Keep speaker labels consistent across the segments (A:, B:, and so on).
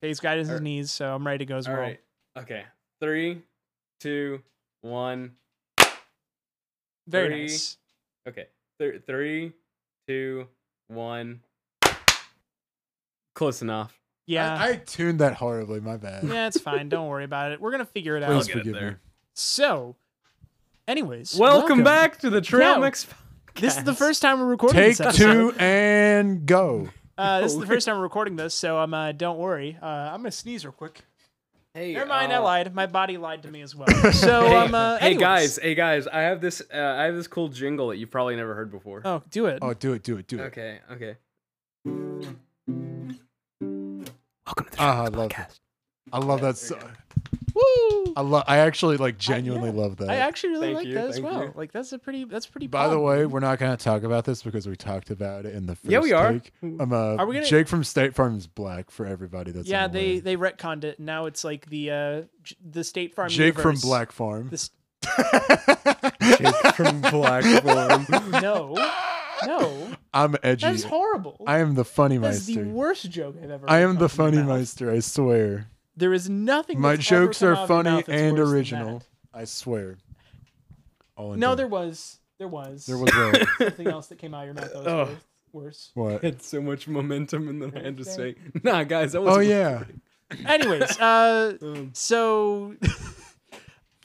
A: Okay, he's got his
B: Alright.
A: knees, so I'm ready to go as
B: All
A: well.
B: right. Okay. Three, two, one.
A: Very
B: Three.
A: nice.
B: Okay. Th- three, two, one. Close enough.
A: Yeah.
C: I, I tuned that horribly. My bad.
A: yeah, it's fine. Don't worry about it. We're gonna figure it
C: Please
A: out.
B: get it
C: forgive me.
B: there.
A: So, anyways,
B: Welcome, back to the Trail
A: Yeah.
B: Mix.
A: This is the first time we're recording.
C: Take
A: this episode.
C: two and go.
A: Uh, this is the
B: We're-
A: first time we're recording this, so um, uh, don't worry. Uh, I'm gonna sneeze real quick.
B: Hey,
A: Never mind, I
B: uh,
A: lied. My body lied to me as well. So,
B: Hey,
A: um, uh,
B: hey
A: anyways.
B: guys, hey guys, I have this, uh, I have this cool jingle that you've probably never heard before.
A: Oh, do it.
C: Oh, do it, do it, do it.
B: Okay, okay.
D: Welcome to the
C: Ah, I love that. I love that. So,
A: Woo!
C: I love. I actually like genuinely love that.
A: I actually really
B: Thank
A: like
B: you,
A: that as
B: thank
A: well.
B: you.
A: Like that's a pretty that's pretty.
C: By the
A: bomb.
C: way, we're not gonna talk about this because we talked about it in the first.
B: Yeah, we are.
C: Take. I'm uh,
A: Are we gonna-
C: Jake from State Farm is black for everybody. That's
A: yeah, they
C: unaware.
A: they retconned it. Now it's like the uh J- the State Farm.
C: Jake
A: universe.
C: from Black Farm.
A: This
C: Jake
D: from Black Farm.
A: no, no,
C: I'm
A: that
C: edgy.
A: is horrible.
C: I am the funny
A: That's the
C: meister.
A: worst joke I've ever.
C: I
A: heard
C: am
A: come
C: the
A: from your
C: funny
A: mouth.
C: meister. I swear.
A: There is nothing.
C: My
A: that's ever
C: jokes
A: come out
C: are
A: of your
C: funny
A: mouth that's
C: and
A: worse than
C: original.
A: that.
C: I swear. All in
A: No,
C: good.
A: there was there was
C: there was a-
A: something else that came out of your mouth that was
B: Ugh.
A: worse. worse.
C: what?
B: had so much momentum, and then I had to say, "Nah, guys, that was."
C: Oh yeah.
A: Anyways, uh,
B: Um,
A: so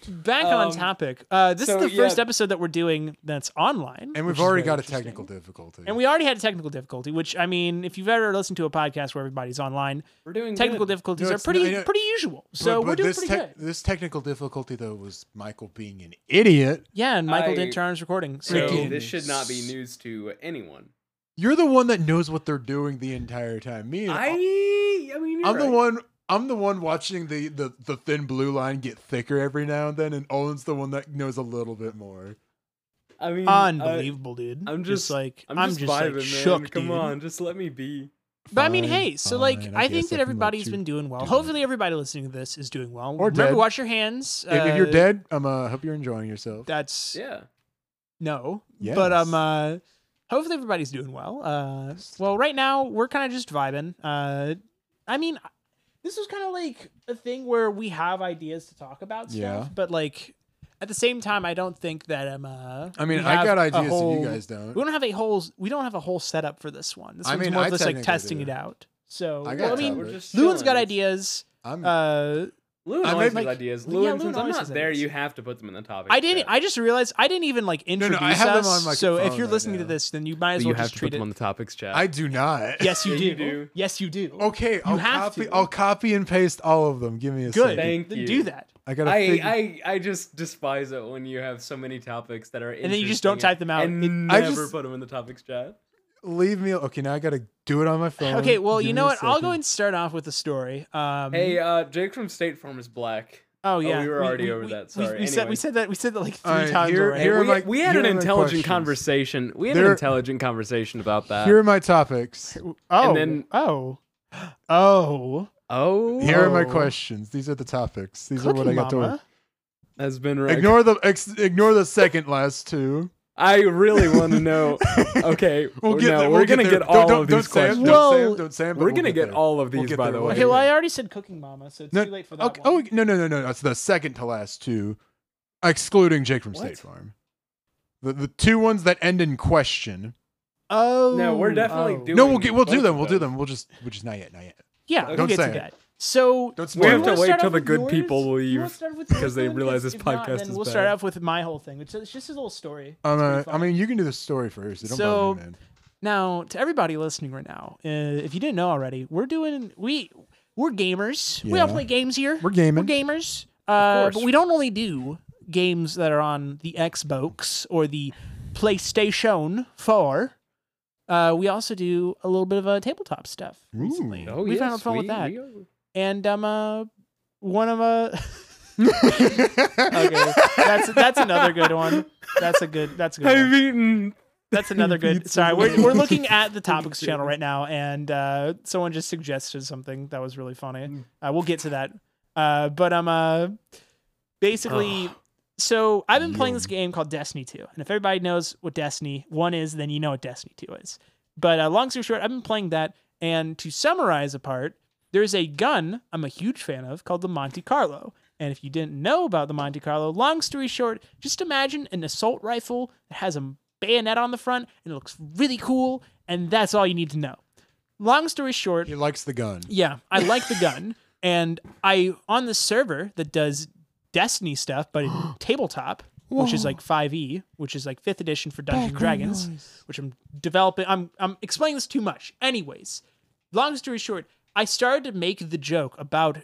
A: back on
B: Um,
A: topic. Uh, this
B: so,
A: is the
B: yeah.
A: first episode that we're doing that's online, which
C: And we've
A: is
C: already
A: very
C: got a
A: interesting.
C: technical difficulty.
A: And we already had a technical difficulty, which I mean, if you've ever listened to a podcast where everybody's online,
B: we're doing
A: technical
B: good.
A: difficulties
C: No,
A: are
C: it's
A: pretty
C: not- I know-
A: pretty usual. So
C: but,
A: we're
C: but
A: doing
C: this
A: pretty
C: tec-
A: good.
C: This technical difficulty though was Michael being an idiot.
A: Yeah, and Michael
B: I-
A: didn't turn on his recording. So
B: So
C: Freaking
B: this should not be
C: s-
B: news to anyone.
C: You're the one that knows what they're doing the entire time. Me, and-
B: I, I mean, you're
C: I'm the
B: right.
C: one. I'm the one watching the, the the thin blue line get thicker every now and then, and Owen's the one that knows a little bit more.
B: I mean, I-
A: unbelievable, dude.
B: I'm just-
A: like
B: I'm just, vibing,
A: like
B: man.
A: shook,
B: Come
A: dude.
B: on, just let me be.
A: But I mean,
C: Fine,
A: hey, so like
C: fine,
A: I,
C: I
A: think
C: guess
A: that
C: I can let
A: everybody's
C: you
A: been doing well.
C: do
A: Hopefully, everybody listening to this is doing well.
C: Or
A: Remember,
C: dead.
A: wash your hands.
C: If, if you're
A: uh,
C: dead, I'm uh, hope you're enjoying yourself.
A: that's
B: Yeah.
A: no. But
C: Yes.
A: um, uh, hopefully everybody's doing well. Uh, well, right now we're kind of just vibing. Uh, I mean, this was kind of like a thing where we have ideas to talk about stuff,
C: Yeah.
A: but like at the same time, I don't think that I'm. Uh,
C: I mean,
A: we
C: I
A: have
C: got
A: a
C: ideas that
A: whole-
C: you guys don't.
A: We don't have a whole. We don't have a whole setup for this one. This
C: I
A: one's
C: mean,
A: more
C: I
A: of just like
C: technically
A: testing
C: do.
A: it out. So well,
C: I got Hmm.
A: I mean,
C: we're
B: just
A: Lewin's got
B: chilling.
A: ideas.
C: I'm,
A: Uh,
B: Lewin
C: I
B: always has
C: might make-
B: ideas.
A: Yeah,
B: Lewin,
A: Lewin
B: since I'm
A: always
B: not
A: has
B: there,
A: ideas.
B: you have to put them in the topic.
A: I didn't.
B: chat.
A: I just realized I didn't even like
C: no,
A: introduce
C: I have them
A: us.
C: on my
A: so if
C: phone
A: you're
C: right
A: listening to
C: now.
A: this, then you might as
B: you
A: well
B: have
A: just
B: to
A: treat
B: put
A: it.
B: them on the topics chat.
C: I do not.
A: Yes, you,
B: Yeah,
A: do.
B: you do.
A: Yes, you do.
C: Okay, I'll
A: have
C: copy.
A: to.
C: I'll copy and paste all of them. Give me a
A: Good.
C: second.
B: Thank
A: then
B: you.
A: do that,
C: I gotta.
B: I,
C: figure-
B: I I just despise it when you have so many topics that are
A: and then you just don't
B: interesting
A: type them out.
B: and
A: It-
C: I
B: never
C: just-
B: put them in the topics chat.
C: leave me. Okay, now I gotta do it on my phone.
A: okay, well,
C: Give
A: you
C: me
A: know
C: a
A: what? I'll go
C: second.
A: and start off with a story. Um,
B: Hey, uh, Jake from State Farm is black.
A: oh yeah,
B: we were already over that,
A: we-
B: sorry.
A: we said we
B: Anyway.
A: said that we said that like three
C: All right,
A: times
C: here-
A: already.
B: Hey,
C: here- are
B: we,
C: my-
B: we had
C: here
B: an
C: are my
B: intelligent
C: questions.
B: conversation. We had an
C: There-
B: intelligent conversation about that.
C: Here are my topics.
A: oh,
B: and then-
A: oh, oh,
B: oh,
C: Here are my
A: Whoa.
C: questions. These are the topics. These are what
A: Cookie
C: I got to work.
A: Mama?
B: has been right.
C: Ignore the ex- ignore the second last two.
B: I really want to know. Okay,
C: We'll get
B: Oh, no,
C: there.
B: we're
C: We'll
B: gonna
C: there.
B: get all
C: don't,
B: of
C: don't
B: these
C: say it,
B: questions.
C: Don't say
A: Whoa.
C: it, don't say it, but
B: We're
C: we'll
B: gonna get
C: there.
B: all of these,
C: We'll get
B: by
C: there.
B: the
C: We'll
B: way.
C: get
A: Okay, well, I
C: there.
A: already said Cooking Mama, so it's
C: No,
A: too late for that
C: Okay,
A: one.
C: oh no no no no! That's the second to last two, excluding Jake from
B: What?
C: State Farm. The the two ones that end in question.
A: Oh,
B: No, we're definitely
A: oh.
B: doing-
C: No, we'll get we'll
B: both
C: do
B: of
C: them. We'll
B: those.
C: do them. We'll just we'll just not yet, not yet.
A: Yeah, we'll
C: Don't
A: get to
C: say it.
A: that. So
C: Don't
B: We have
C: spoil. it.
B: to
A: wanna
B: wait
A: start
B: till
A: off
B: the
A: with
B: good
A: yours?
B: people
A: You wanna
B: leave,
A: start off with yours,
B: because they
A: then?
B: realize this
A: if not,
B: podcast
A: then
B: is
A: We'll start
B: bad.
A: off with my whole thing. It's, it's just a little story. It's
C: Um,
A: pretty
C: uh, I
A: fun.
C: mean, you can do the story first. It don't
A: So-
C: bother me, man.
A: Now, to everybody listening right now, uh, if you didn't know already, we're doing we we're gamers. We all
C: Yeah.
A: play games here.
C: We're gaming.
A: We're gamers. Uh,
B: course.
A: but we don't only do games that are on the Xbox or the PlayStation 4. Uh, we also do a little bit of uh, tabletop stuff recently.
B: Oh,
A: We've
B: yes,
A: had fun with
B: we-
A: that.
B: we are-
A: And um, uh, one of uh,
B: Okay.
A: that's that's another good one. That's a good. That's a good. one.
B: I've eaten.
A: That's another good.
B: Pizza.
A: Sorry, we're, we're looking at the topics channel right now, and uh, someone just suggested something that was really funny. Uh, we'll get to that. Uh, but um, uh, basically, so I've been playing this game called Destiny Two, and if everybody knows what Destiny One is, then you know what Destiny Two is. But uh, long story short, I've been playing that, and to summarize a part, There's a gun I'm a huge fan of called the Monte Carlo. And if you didn't know about the Monte Carlo, long story short, just imagine an assault rifle that has a bayonet on the front and it looks really cool. And that's all you need to know. Long story short,
C: He likes the gun.
A: oh. yeah, I like the gun, and I on the server that does Destiny stuff, but in tabletop, which is like 5e, which is like fifth edition for Dungeons and Dragons, which I'm developing. I'm I'm explaining this too much. Anyways, long story short, I started to make the joke about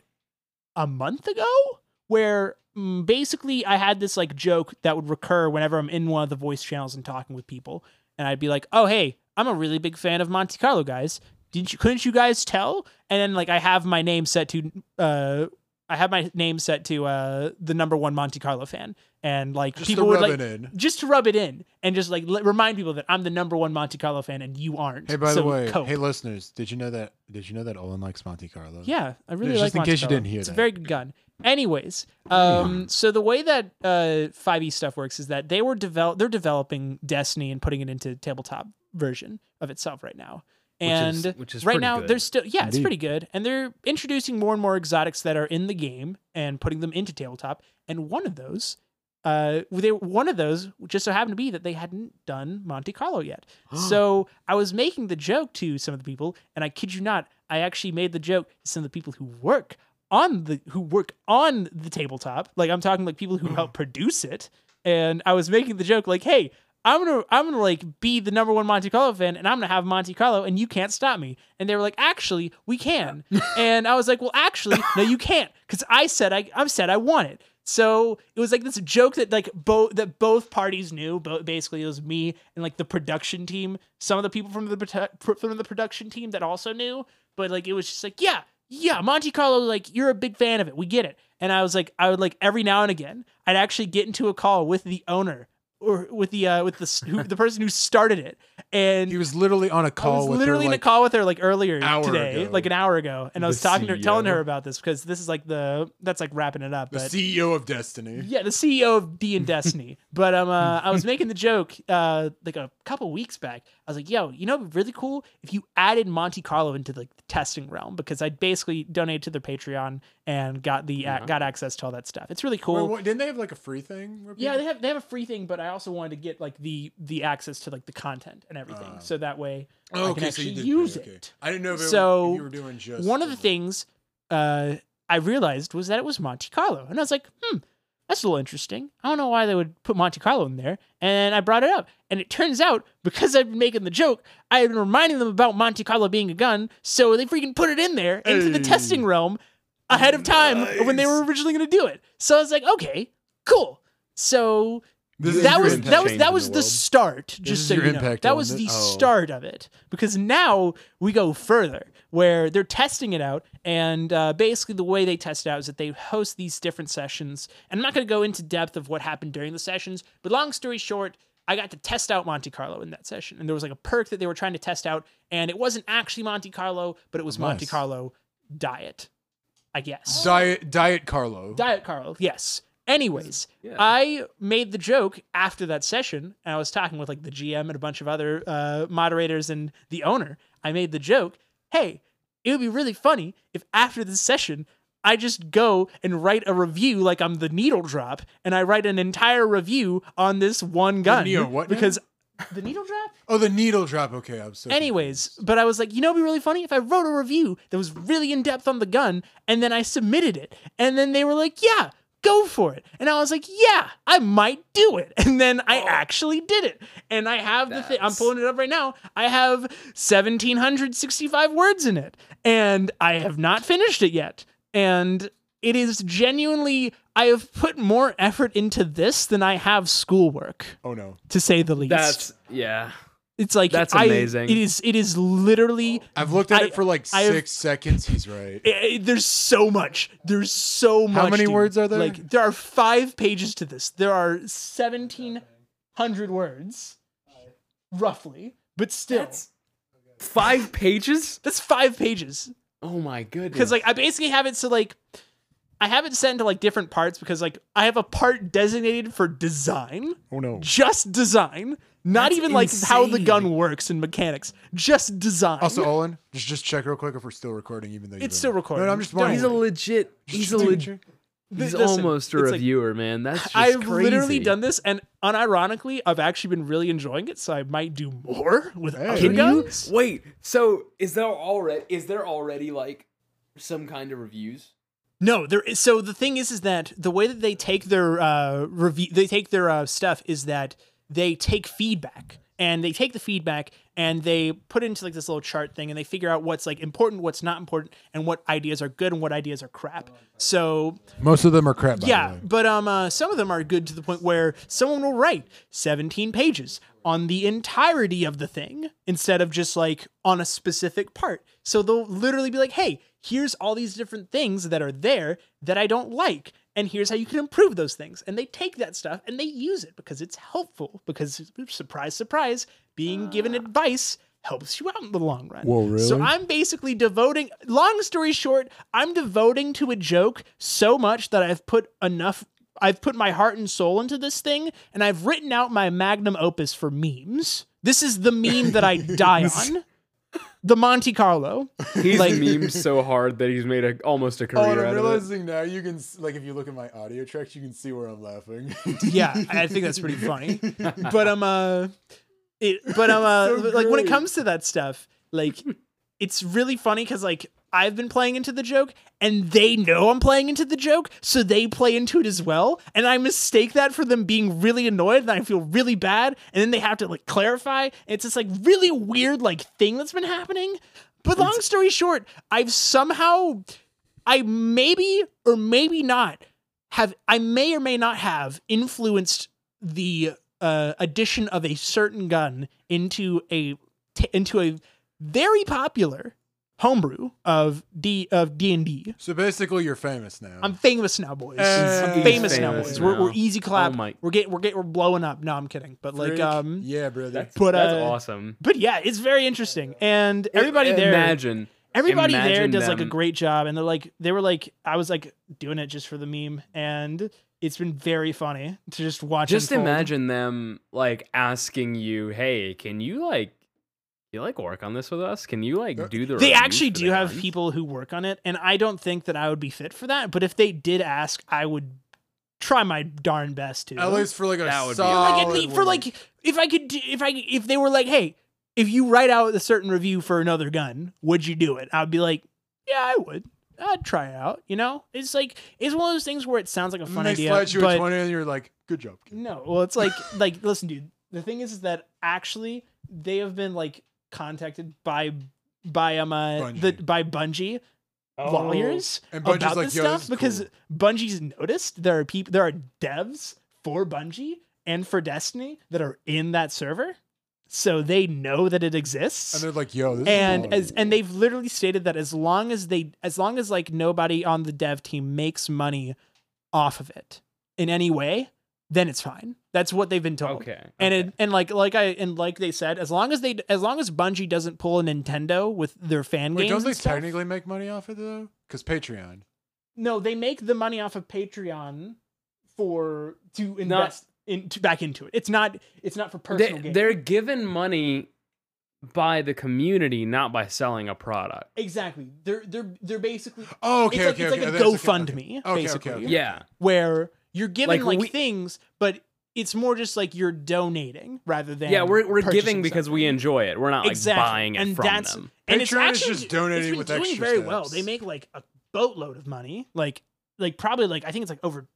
A: a month ago where mm, basically I had this like joke that would recur whenever I'm in one of the voice channels and talking with people and I'd be like, "Oh hey, I'm a really big fan of Monte Carlo guys. Didn't you couldn't you guys tell?" And then like I have my name set to uh I have my name set to uh the number 1 Monte Carlo fan and like
C: Just
A: people
C: to
A: would
C: rub
A: like
C: it in.
A: just to rub it in and just like l- remind people that I'm the number 1 Monte Carlo fan and you aren't.
C: Hey, by
A: So
C: the way,
A: cope.
C: hey listeners, did you know that? Did you know that Olin likes Monte Carlo?
A: Yeah, I really
C: Just
A: like
C: in
A: Monte
C: case you
A: Carlo.
C: didn't hear
A: It's a
C: that.
A: very good gun. Anyways, um, so the way that uh, 5e stuff works is that they were develop they're developing Destiny and putting it into tabletop version of itself right now. And
B: is- which is
A: right
B: pretty
A: now
B: good.
A: they're still yeah, it's
C: Indeed.
A: pretty good. And they're introducing more and more exotics that are in the game and putting them into tabletop. And one of those uh, they one of those just so happened to be that they hadn't done Monte Carlo yet. so I was making the joke to some of the people, and I kid you not, I actually made the joke to some of the people who work on the who work on the tabletop. Like I'm talking like people who help produce it, and I was making the joke like, hey. I'm gonna, I'm gonna like be the number one Monte Carlo fan, and I'm gonna have Monte Carlo, and you can't stop me. And they were like, "Actually, we can." and I was like, "Well, actually, no, you can't, because I said I, I said I want it." So it was like this joke that like both that both parties knew. But basically, it was me and like the production team, some of the people from the prote- pro- from the production team that also knew. But like it was just like yeah, yeah, Monte Carlo, like you're a big fan of it. We get it. And I was like, I would like every now and again, I'd actually get into a call with the owner or with the uh, with the s- who, the person who started it, and
C: He was literally on a
A: I
C: call
A: was
C: with
A: literally in a
C: her, like,
A: call with her like earlier
C: hour
A: today,
C: ago. E
A: like an hour ago, and I
B: The
A: was talking to her, telling
B: CEO.
A: her about this because this is like the that's like wrapping it up.
C: the E
A: but-
C: CEO of Destiny.
A: yeah, the CEO of D and Destiny. But um, uh, I was making the joke uh, like a couple weeks back. I was like, "Yo, you know, it'd be really cool if you added Monte Carlo into like the testing realm because I basically donated to their Patreon and got the uh, got access to all that stuff. It's really
C: Wait,
A: cool.
C: what- didn't they have like a free thing? where
A: yeah, they
C: people-
A: have they have a free thing, but I also wanted to get like the the access to like the content and everything, so that way I can actually
C: did-
A: use
C: Oh, okay.
A: it.
C: I didn't know if, it,
A: So,
C: if you were doing just
A: One of the
C: like-
A: things uh, I realized was that it was Monte Carlo, and I was like, "Hmm, that's a little interesting. I don't know why they would put Monte Carlo in there." And I brought it up, and it turns out because I've been making the joke, I have been reminding them about Monte Carlo being a gun, so they freaking put it in there into the
C: Hey.
A: testing realm ahead of time of when they were originally going to do it. So I was like, "Okay, cool." So
C: This is
A: that
C: your
A: was
C: impact.
A: that was
B: Change
A: that
B: in
A: was
B: the
A: the,
B: world.
A: start. Just
C: is
A: so
C: your
A: you know,
C: impact
A: that
C: on
A: was
C: it.
A: the
C: Oh.
A: start of it because now we go further where they're testing it out, and uh, basically the way they test it out is that they host these different sessions. And I'm not going to go into depth of what happened during the sessions, but long story short. I got to test out Monte Carlo in that session, and there was like a perk that they were trying to test out, and it wasn't actually Monte Carlo, but it was Monte
C: Nice.
A: Carlo diet, I
C: Oh.
A: guess.
C: Diet Diet Carlo.
A: Diet Carlo, yes. Anyways,
B: Yeah.
A: I made the joke after that session, and I was talking with like the GM and a bunch of other uh, moderators and the owner. I made the joke, hey, it would be really funny if after this session, I just go and write a review like I'm the needle drop, and I write an entire review on this one gun.
C: Neo what now?
A: because the needle drop?
C: oh, the needle drop. Okay, I'm so.
A: Anyways, but I was like, you know, it'd be really funny if I wrote a review that was really in depth on the gun, and then I submitted it, and then they were like, yeah, go for it, and I was like, yeah, I might do it, and then I actually did it, and I have the thing. I'm
B: Oh. That's-
A: pulling it up right now. I have 1,765 words in it, and I have not finished it yet, and it is genuinely. I have put more effort into this than I have schoolwork,
C: Oh no.
A: to say the least.
B: That's yeah.
A: It's like
B: That's
A: I-
B: amazing.
A: it is. It is literally.
C: I've looked at
A: I-
C: it for like
A: I have-
C: six seconds. He's right.
A: i i- there's so much. There's so much.
C: How many
A: dude.
C: words are there?
A: Like there are five pages to this. There are seventeen hundred words, roughly. But still, that's,
B: That's five pages.
A: five pages.
B: Oh my goodness.
A: Because like I basically have it so like. I have it sent to like different parts because like I have a part designated for design,
C: Oh no.
A: just design, Not
B: That's
A: even like how the
B: insane.
A: gun works and mechanics, just design.
C: Also, Olin, just just check real quick if we're still recording, even though you
A: It's
C: didn't.
A: still recording.
C: No, no, I'm just
A: Don't-
C: wondering.
B: He's a legit. He's a legit. He's
A: listen,
B: almost a
A: it's like-
B: reviewer, man. That's just
A: I've
B: crazy.
A: literally done this, and unironically, I've actually been really enjoying it. So I might do more with
C: Hey.
A: other
C: Can
B: Can
C: you-
A: guns.
B: you wait?
E: So is there already is there already like some kind of reviews?
A: No, there is. So the thing is, is that the way that they take their uh, review, they take their uh, stuff is that they take feedback and they take the feedback and they put it into like this little chart thing and they figure out what's like important, what's not important, and what ideas are good and what ideas are crap. So
C: Most of them are crap. By
A: yeah,
C: The way.
A: but um, uh, some of them are good to the point where someone will write 17 pages on the entirety of the thing instead of just like on a specific part. So they'll literally be like, "Hey, here's all these different things that are there that I don't like." And here's how you can improve those things. And they take that stuff and they use it because it's helpful. Because surprise, surprise, being
C: Ah.
A: given advice helps you out in the long run.
C: Whoa,
A: So
C: really?
A: I'm basically devoting, long story short, I'm devoting to a joke so much that I've put enough, I've put my heart and soul into this thing, and I've written out my magnum opus for memes. This is the meme that I die on. The Monte Carlo.
B: He's
A: Like-
B: memed so hard that he's made a almost a career
C: Oh, and I'm
B: out of it.
C: realizing now you can s- like if you look at my audio tracks, you can see where I'm laughing.
A: Yeah, I think that's pretty funny. But I'm uh it but I'm uh
C: so
A: like when it
C: great.
A: comes to that stuff, like it's really funny cuz like I've been playing into the joke and they know I'm playing into the joke, so they play into it as well, and I mistake that for them being really annoyed and I feel really bad, and then they have to like clarify. and It's this like really weird like thing that's been happening. But long story short, I've somehow I maybe or maybe not have I may or may not have influenced the uh, addition of a certain gun into a t- into a very popular homebrew of D of D and D.
C: so basically, you're famous now.
A: I'm famous now, boys.
C: Hey.
A: I'm famous, now,
B: Famous
A: boys. We're, we're
B: now.
A: easy clap.
B: Oh my-
A: We're getting we're getting we're blowing up. No, I'm kidding. But like
C: Freak.
A: um,
C: yeah, brother.
B: That's,
A: But,
B: that's
A: uh,
B: awesome.
A: but yeah, it's very interesting. And everybody there,
B: uh, Imagine.
A: everybody there
B: imagine
A: does like a
B: them-
A: great job and they're like they were like i was like doing it just for the meme and it's been very funny to just watch
B: Just
A: unfold.
B: imagine them like asking you, "Hey, can you like, you like work on this with us? Can you
C: They're-
B: like do the?"
A: they
B: reviews
A: actually
B: for the
A: do have
B: guns?"
A: people who work on it and i don't think that i would be fit for that but if they did ask i would try my darn best to
C: At least for like a
B: That would be
A: like
C: solid.
A: at least for
C: one.
A: like if i could do, if i if they were like hey if you write out a certain review for another gun would you do it i'd be like yeah i would I'd try it out, you know. It's like it's one of those things where it sounds like a
C: And
A: fun
C: they
A: idea,
C: slide you
A: but
C: a twenty, and you're like, "Good job." Kid.
A: No, well, it's like like listen, dude. The thing is, is that actually they have been like contacted by by um uh,
C: Bungie.
A: the by Bungie Oh,
B: Oh.
A: lawyers
C: And Bungie's
A: about
C: like,
A: this
C: "Yo,
A: stuff
C: this is
A: because
C: cool."
A: Bungie's noticed there are people there are devs for Bungie and for Destiny that are in that server, so they know that it exists
C: And they're like, "Yo, this is
A: and
C: cool."
A: as and they've literally stated that as long as they as long as like nobody on the dev team makes money off of it in any way then it's fine that's what they've been told
B: Okay.
A: and
B: okay.
A: it, and like like i and like they said as long as they as long as bungie doesn't pull a nintendo with their fan
C: Wait,
A: games
C: don't they
A: and stuff-
C: technically make money off it though? Because Patreon.
A: no they make the money off of patreon for to invest in to, back into it it's not it's not for personal
B: they,
A: gain.
B: they're given money by the community, not by selling a product.
A: exactly they're they're they're basically
C: Oh, okay,
A: it's like,
C: okay,
A: it's
C: okay.
A: like a
C: that's okay,
A: GoFundMe,
C: Okay, okay,
A: basically.
C: okay.
B: Yeah.
A: where you're giving
B: Like,
A: like,
B: we-
A: things, but it's more just like you're donating rather than
B: Yeah, we're, we're
A: purchasing
B: giving because we
A: something.
B: enjoy it. We're not like
A: exactly
B: buying it
A: and
B: from
A: that's,
B: them.
A: And it's
C: Patreon is
A: actually
C: just donating
A: it's been
C: with
A: doing
C: extra
A: very well.
C: steps.
A: They make like a boatload of money, like like probably like I think it's like over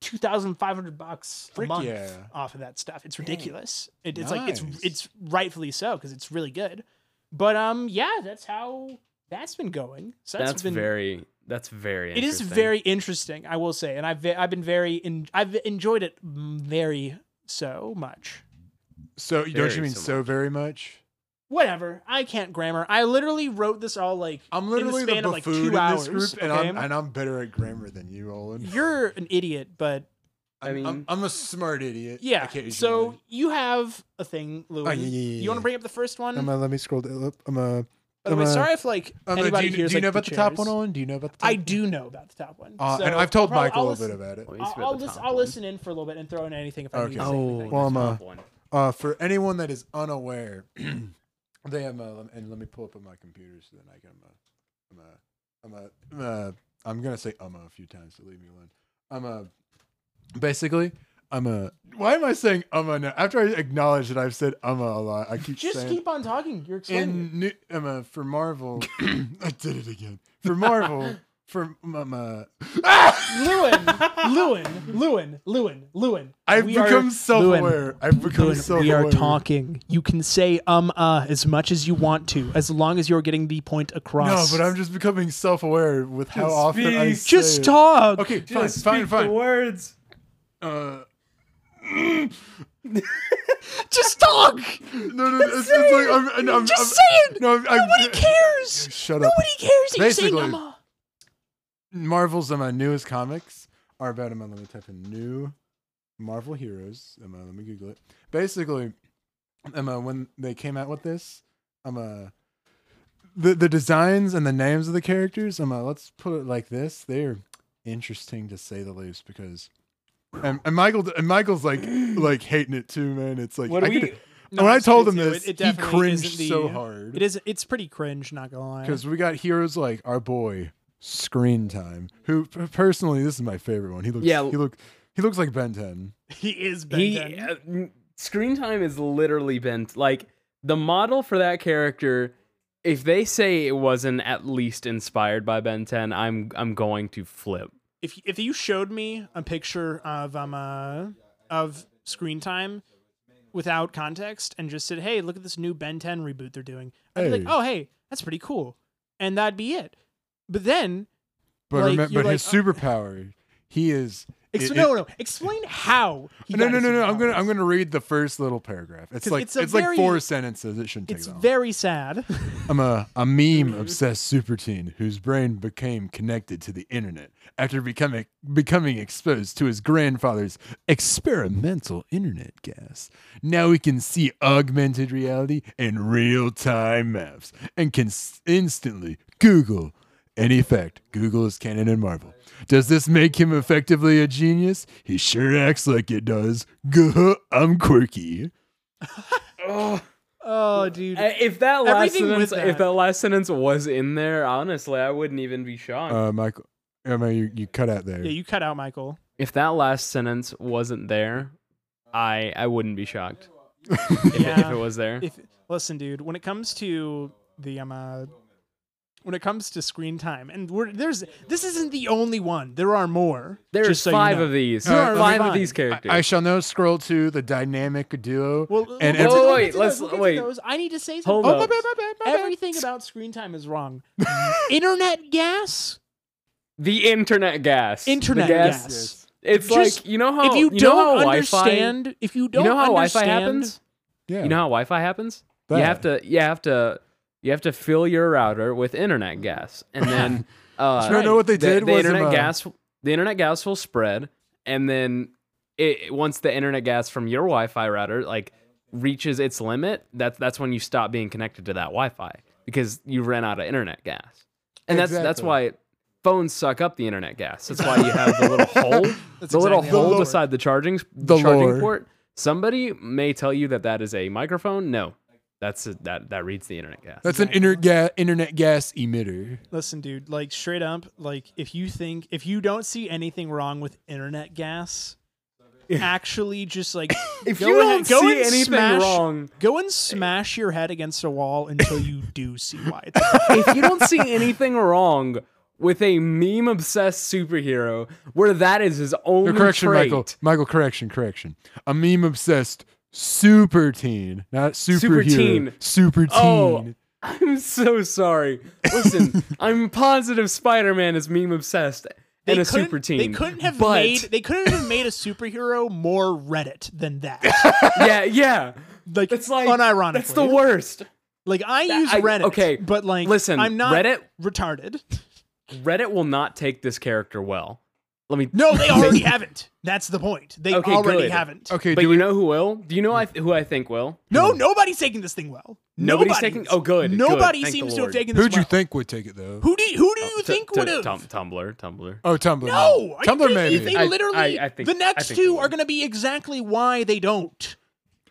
A: two thousand five hundred bucks a
C: Frick
A: month
C: yeah.
A: off of that stuff. It's ridiculous. It, it's like it's
C: Nice.
A: it's rightfully so because it's really good. But um, yeah, that's how that's been going. So
B: That's,
A: been
B: very that's very
A: it is
B: interesting.
A: very interesting i will say and i've ve- i've been very in, i've enjoyed it m- very so much
C: So don't
B: Very
C: you mean
B: so
C: so very much?
A: whatever i can't grammar i literally wrote this all like
C: I'm
A: the
C: literally the,
A: span of, like, two
C: buffoon in
A: hours,
C: this group, and I'm
A: okay?
C: and I'm better at grammar than you, Olin.
A: you're an idiot but
B: I
C: I'm-
B: mean-
C: I'm, I'm a smart idiot.
A: yeah
C: occasionally.
A: so you have a thing louis
C: Oh, yeah, yeah, yeah,
A: you want to
C: yeah.
A: bring up the first one
C: I'm a, let me scroll to- up. I'm a.
A: by the way
C: I'm a-
A: sorry if like
C: I'm a-
A: anybody
C: do you,
A: hears
C: do you
A: like,
C: know about the, top
A: chairs.
C: one, Olin? Do you know about the top
A: i
C: one?
A: do know about the top one
C: Uh, and
A: So
C: I've told
A: probably-
C: Mike a
A: I'll
C: little bit
A: listen-
C: about it.
B: Well, you
A: I'll,
B: spit
A: I'll,
B: the
A: lis-
B: top
A: I'll
B: one.
A: listen in for a little bit and throw in anything if I need
C: Okay.
A: to say
B: Oh,
A: anything.
C: Well, I'm, uh,
B: one.
C: Uh, for anyone that is unaware, they have uh, and let me pull up on my computer so then I can. Uh, I'm a, I'm a, I'm a, I'm gonna say um a few times to leave me alone. I'm a, basically, I'm a. Why am I saying um a now? After I acknowledge that I've said um a a lot, I keep
A: Just
C: saying.
A: keep on talking. You're explaining. it.
C: in new, um, uh, for Marvel, I did it again. For Marvel, for um, uh,
A: Lewin, Lewin, Lewin, Lewin, Lewin.
C: I've
A: We
C: become
A: are- Lewin,
C: self-aware. I've become
A: Lewin,
C: self-aware.
A: we are talking. You can say um uh as much as you want to, as long as you're getting the point
C: No,
A: across.
C: but I'm just becoming self-aware with how
E: Just
C: often I
E: speak.
C: say
A: just
C: it.
A: talk.
C: Okay, fine,
B: Just
C: fine,
B: speak the
C: fine.
B: words.
C: Uh,
A: Just talk.
C: no, no, it's, it's like I'm, I'm, I'm
A: Just say
C: I'm,
A: it.
C: No, I'm,
A: Nobody
C: I'm,
A: cares.
C: shut up.
A: Nobody cares that you're saying
C: Basically-
A: um uh.
C: Marvel's um, uh, newest comics are about him. Let me type in new Marvel heroes. Um, uh, let me Google it. Basically, um, uh, when they came out with this, um, uh, the the designs and the names of the characters. Um, uh, let's put it like this: they're interesting to say the least because. And, and Michael and Michael's like like hating it too, man. It's like
E: What
C: I
E: do
C: could-
E: we?
A: No,
C: when I
A: it's-
C: told
A: it's-
C: him
A: it-
C: this,
A: it
C: he
A: definitely
C: cringed
A: isn't the-
C: so hard.
A: It is. It's pretty cringe. Not gonna lie.
C: Because we got heroes like our boy Screen Time, who p- personally this is my favorite one. He looks
B: Yeah.
C: he look he looks like Ben Ten.
A: he is Ben
B: He,
A: 10.
B: uh, n- screen time is literally been like the model for that character. If they say it wasn't at least inspired by Ben 10, I'm I'm going to flip.
A: if if you showed me a picture of um uh, of screen time without context and just said, "Hey, look at this new Ben 10 reboot they're doing," I'd be like,
C: Hey.
A: "Oh, hey, that's pretty cool," and that'd be it. But then,
C: But
A: Like, uh,
C: remember,
A: you're
C: his
A: like,
C: superpower, he is.
A: ex-
C: it-
A: no,
C: it-
A: no, explain how. He
C: no,
A: got
C: no,
A: his
C: no, no. I'm gonna
A: superpowers.
C: I'm gonna read the first little paragraph. It's
A: 'Cause
C: like
A: it's
C: it's,
A: a
C: like four
A: very-
C: sentences. It shouldn't take
A: It's
C: that long.
A: very sad.
C: I'm a, a meme obsessed super teen whose brain became connected to the internet after becoming becoming exposed to his grandfather's experimental internet gas. Now he can see augmented reality and real time maps and can s- instantly Google any effect. Google is canon and Marvel. Does this make him effectively a genius? He sure acts like it does. Guh, I'm quirky.
A: oh, dude.
B: Uh, If that last
A: Everything with
B: sentence, if
A: that.
B: that last sentence was in there, honestly, I wouldn't even be shocked.
C: Uh, Michael, I mean, you, you cut out there.
A: yeah, you cut out Michael.
B: if that last sentence wasn't there, I I wouldn't be shocked. if, it, if
A: Yeah.
B: it was there,
A: if listen, dude, when it comes to the um, uh, when it comes to screen time, and we're there's this isn't the only one. There are more.
B: there's
A: just so you
B: five
A: know.
B: of these.
C: There are
B: five of
A: five.
B: these characters.
C: I, I shall now scroll to the dynamic duo.
A: Well,
C: and
A: we'll get to-
C: every- Oh,
A: we'll
B: Oh,
A: get
B: wait,
A: to
B: let's-
A: those, we'll get to
B: wait.
A: those. I need to say
B: Hold
A: something. Oh,
B: up.
A: Everything about screen time is wrong. Internet gas.
B: the internet gas. The
A: Internet
B: gas.
A: gas.
B: It's
A: Just-
B: like Oh, you know how
A: if you,
B: know
A: don't
B: how
A: understand, if you don't
B: Wi-Fi, you know how
A: understand,
B: Wi-Fi happens.
C: yeah,
B: You know how Wi-Fi happens. You
C: That.
B: have to you have to you have to fill your router with internet gas, and then uh,
C: Do you know what they
B: the-
C: did
B: The
C: was,
B: internet
C: um,
B: gas the internet gas will spread, and then it once the internet gas from your Wi-Fi router like reaches its limit, that's that's when you stop being connected to that Wi-Fi because you ran out of internet gas, and that's that's
C: Exactly.
B: why phones suck up the internet gas. That's why you have the little hole, the little
A: exactly how
B: hole
A: it works.
B: beside the charging
C: The
B: charging
C: lore.
B: port. Somebody may tell you that that is a microphone. No, that's a, that that reads the internet gas.
C: that's an internet ga- internet gas emitter.
A: Listen, dude, like straight up, like if you think if you don't see anything wrong with internet gas, actually just like
B: if
A: go
B: you
A: ahead-
B: don't
A: go
B: see
A: and
B: anything
A: smash-
B: wrong,
A: Go and smash your head against a wall until you do see why it's wrong.
B: if you don't see anything wrong with a meme obsessed superhero where that is his only
C: No, correction,
B: trait,
C: Michael. Michael, correction, correction. A meme obsessed super teen, not superhero.
B: Super
C: Super
B: teen. Oh,
C: teen.
B: I'm so sorry. Listen, I'm positive Spider-Man is meme obsessed
A: They
B: and a
A: couldn't-
B: super team.
A: They couldn't have
B: but,
A: made they couldn't have made a superhero more Reddit than that.
B: yeah, yeah.
A: Like
B: It's like
A: unironically.
B: That's the worst.
A: Like I use
B: I-
A: Reddit.
B: okay,
A: but like
B: listen,
A: I'm not
B: Reddit-
A: retarded.
B: Reddit will not take this character well. Let me.
A: No, they already haven't. That's the point. They
B: Okay,
A: already
B: good.
A: haven't.
C: Okay,
B: But
C: do
B: you
C: we,
B: know who will? Do you know I, who I think will?
A: No, nobody's taking this thing well.
B: Nobody's
A: Nobody
B: taking-
A: is.
B: oh, good, good.
A: Nobody
B: Thank the
A: seems to have
B: Lord. Oh,
A: taken this.
C: who'd you
A: well.
C: think would take it though?
A: Who do you, who do you
B: T-
A: think
B: t-
A: would have?
B: Tum- Tumblr, Tumblr.
C: Oh, Tumblr.
A: no, are you
C: Tumblr
A: kidding me?
C: maybe.
A: They
B: I-
A: literally
B: I- I think-
A: the
B: I
A: next
B: think they
A: two
B: would.
A: are going to be exactly why they don't.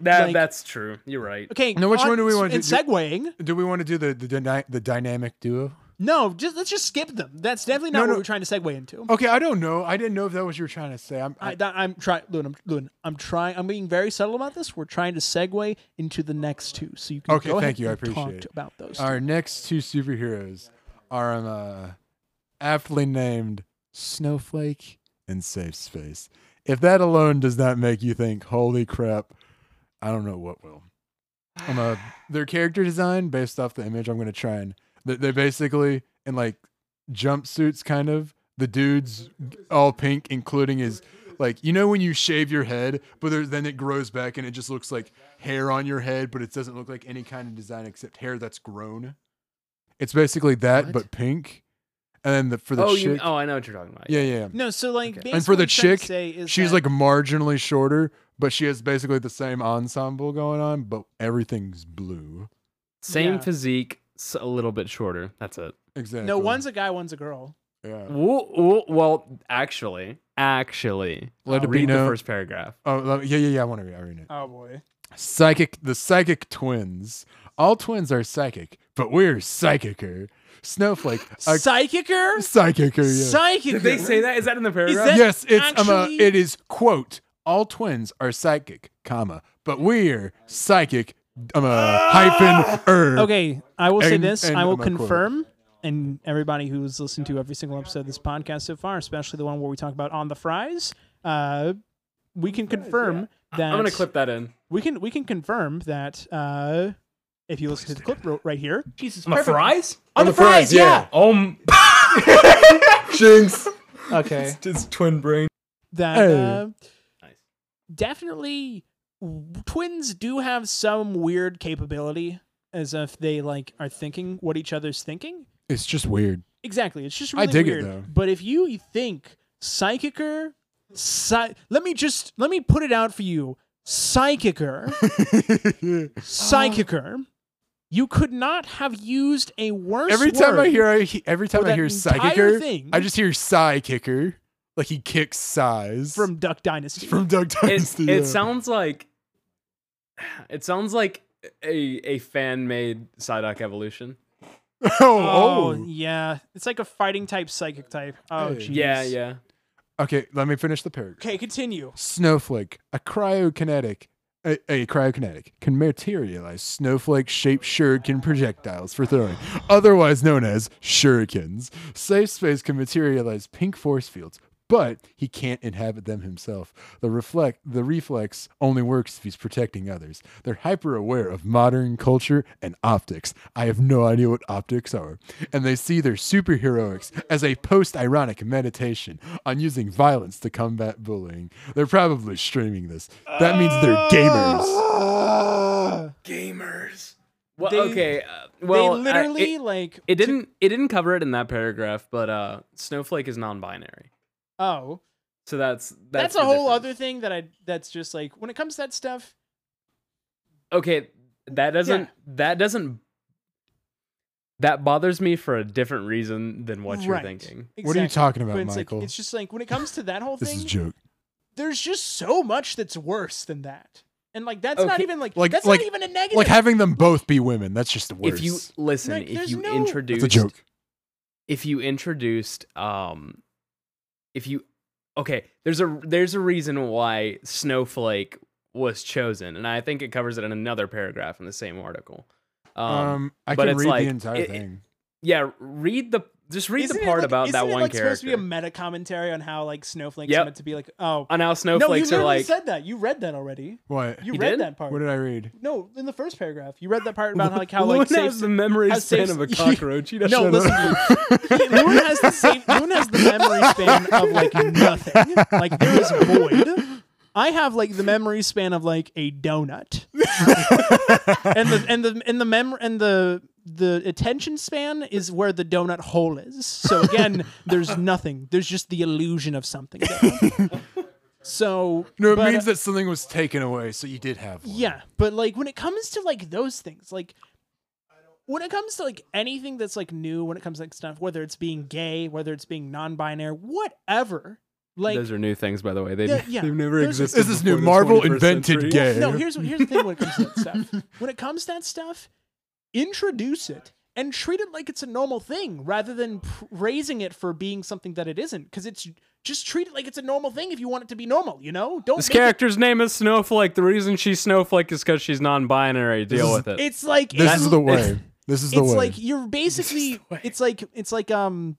B: That
A: Like-
B: that's true. You're right.
A: Okay.
C: Now, which
A: on-
C: one do we want
A: In
C: to do?
A: segueing,
C: Do we want to do the the, dyna- the dynamic duo?
A: no, just let's just skip them. That's definitely not
C: No,
A: what
C: no.
A: we're trying to segue into.
C: Okay, I don't know. I didn't know if that was you were trying to say. I'm,
A: I,
C: I,
A: that, I'm trying, Lewin. I'm, Lewin, I'm trying. I'm being very subtle about this. We're trying to segue into the next two, so you can
C: Okay,
A: Go ahead
C: thank you, I
A: and talk
C: appreciate it.
A: about those.
C: our next two superheroes are um, uh, aptly named Snowflake and Safe Space. If that alone does not make you think, "Holy crap," I don't know what will. Um, uh, their character design, based off the image, I'm going to try and they- they basically in like jumpsuits, kind of. The dude's all pink, including his like you know when you shave your head, but there, then it grows back and it just looks like hair on your head, but it doesn't look like any kind of design except hair that's grown. It's basically that,
B: What?
C: but pink. And then the, for the
B: Oh,
C: chick,
B: you, oh, I know what you're talking about.
C: yeah, yeah.
A: no, so like,
B: Okay.
A: basically
C: And for the
A: what I'm trying to
C: chick,
A: say is
C: She's
A: that-
C: like marginally shorter, but she has basically the same ensemble going on, but everything's blue.
B: Same
A: Yeah.
B: physique, s- a little bit shorter. That's it.
C: Exactly.
A: no, one's a guy, one's a girl.
C: Yeah.
B: Wo- wo- Well, actually, actually,
C: Let it be
B: read the
C: known-
B: first paragraph.
C: Oh, let- yeah, yeah, yeah. I want to read. I read it.
A: Oh boy.
C: Psychic, the psychic twins. All twins are psychic, but we're psychicer. Snowflake, a
A: Psychicer.
C: psychicer. Yeah.
A: Psychicer.
B: Did they say that? Is that in the paragraph?
A: that-
C: yes, it's um, uh,
A: actually-
C: it is quote. All twins are psychic, comma, but we're psychic, um, uh, hyphen er.
A: Okay, I will say
C: And-
A: this.
C: and
A: I will
C: I'm a quote.
A: confirm, and everybody who's listened to every single episode of this podcast so far, especially the one where we talk about on the fries, uh, we can confirm that
B: I'm gonna clip that in.
A: we can we can confirm that uh, if you listen to the clip ro- right here, Jesus,
F: My fries?
A: on the fries, yeah.
F: Oh, m-
D: Jinx.
F: okay.
D: It's twin brain.
A: that
C: Hey.
A: uh, definitely w- twins do have some weird capability as if they like are thinking what each other's thinking
C: It's just weird.
A: Exactly. It's just
C: I
A: really
C: dig it,
A: weird.
C: though.
A: But if you think psychicer, psy- let me just let me put it out for you. Psychicer, psychicer, you could not have used a worse
C: every time
A: word.
C: I hear, I, he- every time
A: for
C: I
A: that
C: hear
A: entire
C: psychicer,
A: thing
C: I just hear sigh kicker, like he kicks sighs
A: from Duck Dynasty.
C: from Doug
B: It,
C: Dynasty. yeah.
B: it sounds like it sounds like a a fan made Psyduck evolution.
C: oh,
A: oh,
C: oh.
A: yeah, it's like a fighting type, psychic type. Oh,
C: Hey.
A: jeez.
B: Yeah, yeah.
C: Okay, let me finish the paragraph.
A: Okay, continue.
C: Snowflake, a cryokinetic, a, a cryokinetic can materialize snowflake-shaped shuriken projectiles for throwing, otherwise known as shurikens. Safe space can materialize pink force fields, but he can't inhabit them himself. The reflect, the reflex only works if he's protecting others. They're hyper aware of modern culture and optics. I have no idea what optics are, and they see their superheroics as a post-ironic meditation on using violence to combat bullying. They're probably streaming this. That means they're
A: Uh,
C: gamers.
E: Gamers.
B: Well,
A: They-
B: okay. Uh, well, I-
A: they literally
B: it,
A: like
B: it didn't it didn't cover it in that paragraph, but uh, Snowflake is non-binary,
A: Oh,
B: so that's
A: that's,
B: that's,
A: a
B: the
A: whole
B: difference.
A: other thing that I. That's just like when it comes to that stuff.
B: okay that doesn't that doesn't that bothers me for a different reason than what you're
A: Right.
B: thinking
C: What are you
A: Exactly.
C: talking about,
A: But it's
C: Michael?
A: Like, it's just like when it comes to that whole
C: this
A: thing,
C: is a joke.
A: there's just so much that's worse than that, and like that's not
B: Okay.
A: even like,
C: Like-
A: that's
C: like-
A: not even a negative.
C: Like having them both be women. That's just the worst.
B: if you listen
A: Like,
B: if
A: there's
B: you
A: no-
C: That's a
B: introduced
C: joke.
B: if you introduced um if you okay there's a there's a reason why snowflake was chosen and i think it covers it in another paragraph in the same article um,
C: Um, I
B: but
C: can
B: it's
C: read
B: like-
C: the entire
B: it- it-
C: thing.
B: yeah read the just read
A: Isn't
B: the
A: it,
B: part
A: like-
B: about
A: isn't
B: that
A: it,
B: one
A: like, supposed
B: character
A: to be a meta commentary on how like snowflakes
B: Yep.
A: are meant to be like oh
B: on how
A: no you
B: snowflakes
A: literally
B: are like
A: said that you read that already
C: What?
A: you
B: You
A: read
B: did?
A: that part
C: What did I read?
A: no in the first paragraph you read that part about how like how like
B: Luna
A: safe
B: has the memory
A: how
B: span
A: safe-
B: of a cockroach. He doesn't
A: no
B: know.
A: listen to you Lewin has the same Lewin has the memory span of like nothing like there is void I have like the memory span of like a donut. and the and the and the mem and the the attention span is where the donut hole is. So again, there's nothing. There's just the illusion of something. there. so
C: No, it
A: but,
C: means that something was taken away, so you did have one.
A: yeah, but like when it comes to like those things, like when it comes to like anything that's like new, when it comes to like stuff, whether it's being gay, whether it's being non-binary, whatever, Like,
B: Those are new things, by the way. They
A: yeah, yeah.
D: They've never
A: There's a-
D: existed.
C: Is this new
D: before the
C: Marvel
D: 21st
C: invented
D: century.
C: gay?
A: No, here's here's the thing when it comes to that stuff. When it comes to that stuff, introduce it and treat it like it's a normal thing rather than praising it for being something that it isn't. Because it's just treat it like it's a normal thing if you want it to be normal. You know, don't.
B: This
A: make it-
B: character's name is Snowflake. The reason she's Snowflake is because she's non-binary. Deal with it.
A: It's like
C: This
A: it's-
C: is the
A: It's,
C: way. This is the
A: it's
C: way.
A: like you're basically. It's like it's like um,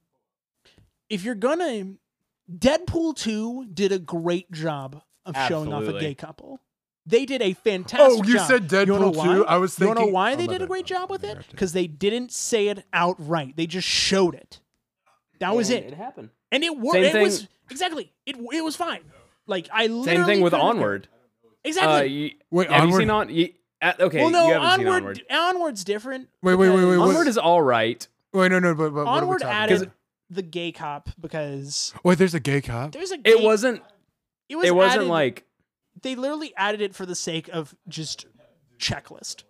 A: if you're gonna, Deadpool two did a great job of showing off a
B: Absolutely.
A: gay couple. They did a fantastic.
C: oh, you
A: job.
C: said
A: You wanna know
C: Deadpool
A: why?
C: too. I was
A: You
C: thinking.
A: wanna know why they
C: Oh, my
A: did a
C: bad.
A: great job with
C: I
A: it?
C: interrupted.
A: Because they didn't say it outright. They just showed it. That was
E: And It
A: it,
E: happened.
A: and it worked.
B: Same
A: It
B: thing-
A: was exactly. It it was fine. Like I literally
B: Same thing with
A: couldn't-
B: Onward. Uh,
A: Exactly.
B: you-
C: Wait,
B: have you
C: Onward-
B: seen on? You, uh, okay,
A: well, no,
B: you haven't
A: onward,
B: seen Onward.
A: onward's different.
C: Wait, wait, wait, wait,
A: because
C: what-
B: Onward is all right.
C: Wait, no, no, but, but what are we
A: Onward
C: talking
A: added
C: about?
A: the gay cop because
C: Wait, there's a gay cop.
A: there's a. Gay,
B: It wasn't.
A: It,
B: It, was not
A: added-
B: like.
A: they literally added it for the sake of just checklist.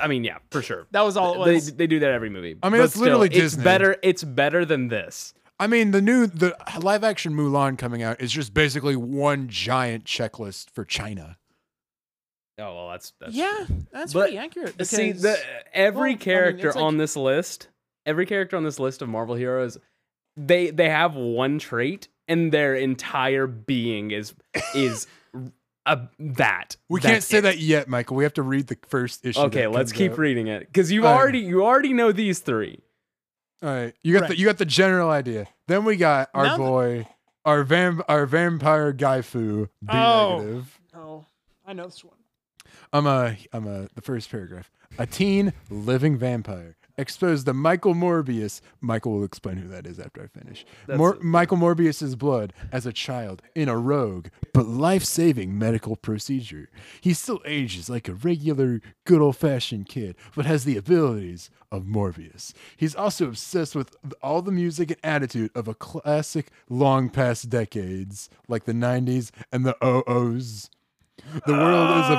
B: I mean, yeah, for sure.
A: That was all it was.
B: They, they do that every movie.
C: I mean,
B: But
C: that's literally
B: still,
C: Disney.
B: It's better. It's better than this.
C: I mean, the new the live action Mulan coming out is just basically one giant checklist for China.
B: Oh well, that's that's
A: yeah, that's
B: But-
A: pretty accurate. Because
B: See, the, every
A: well, I mean, it's
B: character
A: like-
B: on this list, every character on this list of Marvel heroes, they they have one trait, and their entire being is is a, that.
C: We
B: That's
C: can't say
B: it.
C: that yet, Michael. We have to read the first issue.
B: Okay,
C: that
B: let's
C: comes
B: keep
C: out.
B: reading it because you
C: All right.
B: already you already know these three.
C: All right, you got
A: Right.
C: the you got the general idea. Then we got our
A: Now that-
C: boy, our vamp, our vampire guy foo. B
A: Oh.
C: negative.
A: oh, I know this one.
C: I'm a I'm a the first paragraph. A teen living vampire exposed to Michael Morbius. Michael will explain who that is after I finish. Mor- Michael Morbius's blood as a child in a rogue but life-saving medical procedure. He still ages like a regular good old-fashioned kid, but has the abilities of Morbius. He's also obsessed with all the music and attitude of a classic long past decades, like the 90s and the 00s. The world is a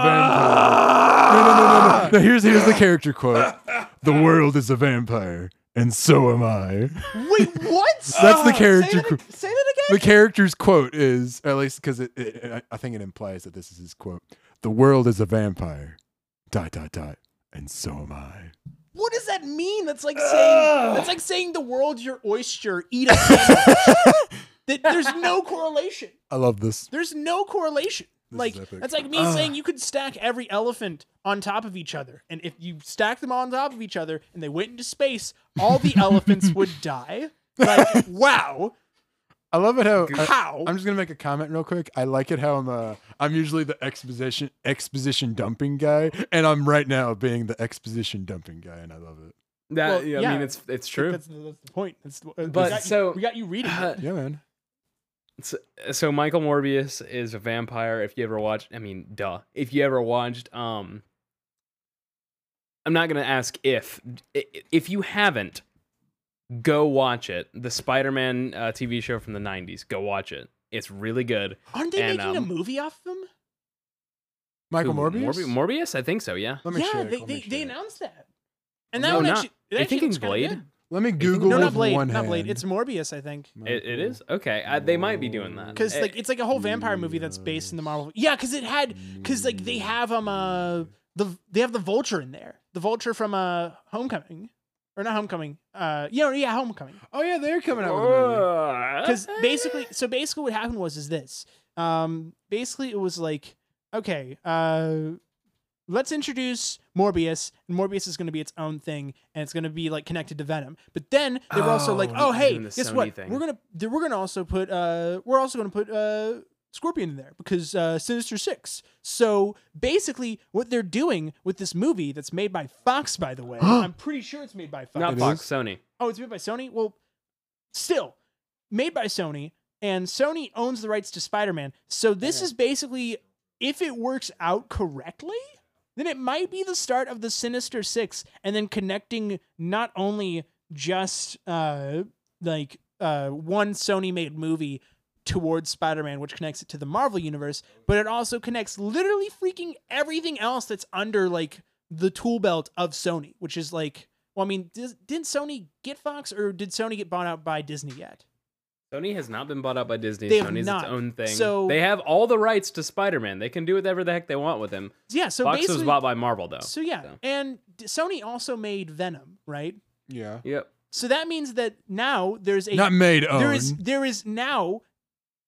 C: vampire. No, no, no, no, no. no here's, here's the character quote. The world is a vampire, and so am I.
A: Wait, what?
C: That's the character
A: Say that,
C: group.
A: ag- say that again.
C: The character's quote is, or at least because it, it, I- I think it implies that this is his quote. The world is a vampire. Dot, dot, dot. And so am I.
A: What does that mean? That's like saying that's like saying the world's your oyster. Eat a sandwich. That- there's no correlation.
C: I love this.
A: There's no correlation.
C: This
A: like
C: is epic.
A: that's like me
C: Ah.
A: saying you could stack every elephant on top of each other, and if you stack them on top of each other and they went into space, all the elephants would die. Like wow,
C: I love it how. I,
A: how?
C: am just gonna make a comment real quick. I like it how I'm. Uh, I'm usually the exposition exposition dumping guy, and I'm right now being the exposition dumping guy, and I love it.
B: That
A: Well,
B: yeah,
A: yeah.
B: I mean, it's it's true.
A: That's, that's the point. That's, but
B: But
A: got
B: so- uh,
A: you, we got you reading. it.
C: Yeah, man.
B: So, so Michael Morbius is a vampire. If you ever watched, I mean, duh. If you ever watched, um, I'm not gonna ask if i- if you haven't, go watch it. The Spider-Man uh, TV show from the '90s. Go watch it. It's really good.
A: Aren't they
B: And,
A: making a
B: um,
A: movie off of them?
C: Michael
B: Who,
C: Morbius.
B: Morbi- Morbius. I think so. Yeah.
C: Let me
A: Yeah,
C: check,
A: they,
C: let
A: they,
C: me
A: they
C: check.
A: announced that. And
B: No,
A: that one
B: not-
A: actually,
B: I
A: it actually
B: think it's
A: looks kinda
B: Blade.
A: good.
C: Let me Google
A: No, not
C: with
A: Blade.
C: one
A: Not Blade.
C: hand.
A: It's Morbius, I think.
B: It, it is okay. I, they might be doing that
A: Because
B: Eh,
A: like it's like a whole vampire movie that's based in the Marvel. Yeah, because it had because like they have um uh the they have the Vulture in there, the Vulture from uh Homecoming, or not Homecoming. Uh yeah yeah Homecoming.
C: Oh yeah, they're coming out with a movie.
B: uh,
A: because basically so basically what happened was is this um basically it was like okay uh let's introduce morbius and morbius is going to be its own thing and it's going to be like connected to venom but then they were also like
B: Oh,
A: oh
B: they're
A: hey
B: doing the
A: guess
B: Sony
A: what
B: thing.
A: we're going to we're going to also put uh we're also going to put uh scorpion in there because uh sinister six so basically what they're doing with this movie that's made by fox by the way i'm pretty sure it's made by fox
B: not
C: It
B: Fox,
C: is.
B: Sony.
A: Oh, it's made by Sony? Well, still, made by Sony, and Sony owns the rights to Spider Man. So this is basically, if it works out correctly, then it might be the start of the Sinister Six, and then connecting not only just uh, like uh, one Sony made movie towards Spider Man, which connects it to the Marvel Universe, but it also connects literally freaking everything else that's under like the tool belt of Sony, which is like, well, I mean, dis- didn't Sony get Fox or did Sony get bought out by Disney yet?
B: Sony has not been bought out by Disney.
A: They have
B: Sony's
A: not.
B: its own thing.
A: So-
B: they have all the rights to Spider-Man. They can do whatever the heck they want with him.
A: Yeah, so
B: Fox was
A: basically,
B: bought by Marvel though.
A: so yeah,
B: so.
A: and D- Sony also made Venom, right?
C: Yeah.
B: Yep.
A: So that means that now there's a
C: Not made own.
A: there is there is now,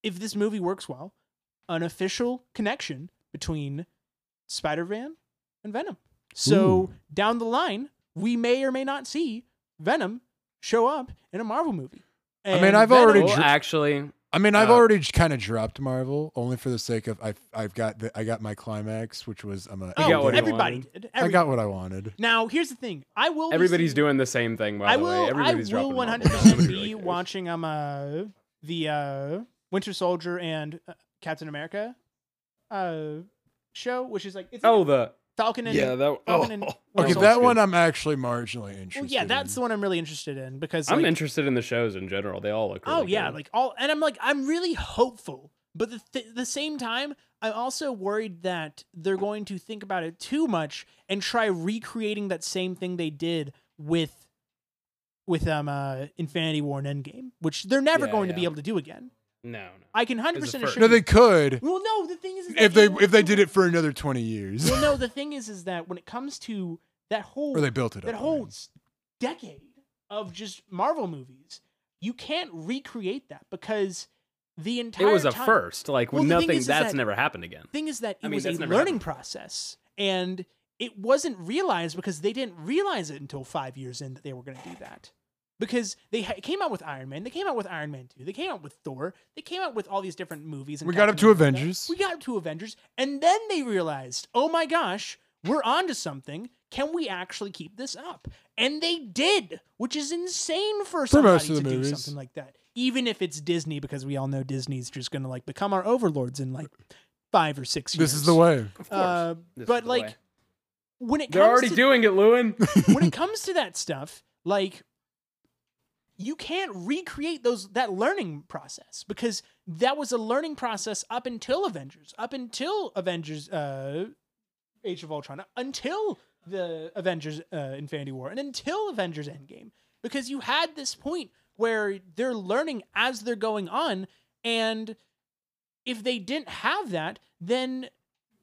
A: if this movie works well, an official connection between Spider Man and Venom. So down the line, we may or may not see Venom show up in a Marvel movie.
C: I mean,
A: And
C: I've
A: Venom-
C: already
B: Well,
C: dr-
B: actually,
C: I mean, I've
B: Uh,
C: already kind of dropped Marvel only for the sake of I've I've got the, I got my climax, which was I'm a
A: Oh,
B: got what he
A: everybody
B: wanted.
A: did.
C: I
A: Every-
C: got what I wanted.
A: now here's the thing. I will. be
B: everybody's
A: seeing-
B: doing the same thing. By
A: I
B: the
A: will.
B: way, everybody's
A: I will
B: dropping
A: 100
B: Marvel now. Nobody
A: percent
B: really
A: be
B: cares.
A: watching um uh, the uh, Winter Soldier and uh, Captain America uh show, which is like it's like
B: Oh, the
A: Falcon and
E: Yeah, that.
A: Falcon and
E: Oh.
A: Winter
C: Okay,
A: Soldier.
C: that one uh, I'm actually marginally interested.
A: Well, yeah, that's the
C: in.
A: one I'm really interested in because
B: I'm
A: like,
B: interested in the shows in general. They all look. Really
A: oh yeah,
B: good.
A: like all, and I'm like I'm really hopeful, but the th- the same time I'm also worried that they're going to think about it too much and try recreating that same thing they did with with um uh, Infinity War and Endgame, which they're never
B: Yeah,
A: going to
B: yeah.
A: be able to do again.
B: no, no.
A: I can hundred
B: It's the
A: percent
B: first.
A: assure.
C: No, they could
A: well, no, the thing is, is that
C: if they
A: even-
C: if they did it for another 20 years
A: Well, no, the thing is, is that when it comes to that whole
C: or they built it up.
A: that
C: I mean.
A: whole s- decade of just Marvel movies, you can't recreate that because the entire
B: It was a
A: time-
B: first. Like
A: Well, the thing
B: nothing.
A: is, is
B: that's
A: that-
B: never happened again.
A: Thing is that it
B: I mean,
A: was a
B: that's never
A: learning
B: happened.
A: process, and it wasn't realized because they didn't realize it until five years in that they were going to do that. Because they ha- came out with Iron Man, they came out with Iron Man Two, they came out with Thor, they came out with all these different movies. And
C: We got up
A: Captain
C: to
A: America.
C: Avengers.
A: We got up to Avengers, and then they realized, oh my gosh, we're onto something. Can we actually keep this up? And they did, which is insane for somebody
C: most of the
A: to do
C: movies.
A: something like that. Even if it's Disney, because we all know Disney's just going to like become our overlords in like five or six years.
C: This is the way.
A: Uh,
B: This is
A: but
B: the
A: like
B: way.
A: when it
B: They're
A: comes
B: already
A: to,
B: doing it, Lewin.
A: when it comes to that stuff, like you can't recreate those that learning process because that was a learning process up until Avengers, up until Avengers uh Age of Ultron, until the Avengers uh, Infinity War, and until Avengers Endgame because you had this point where they're learning as they're going on and if they didn't have that, then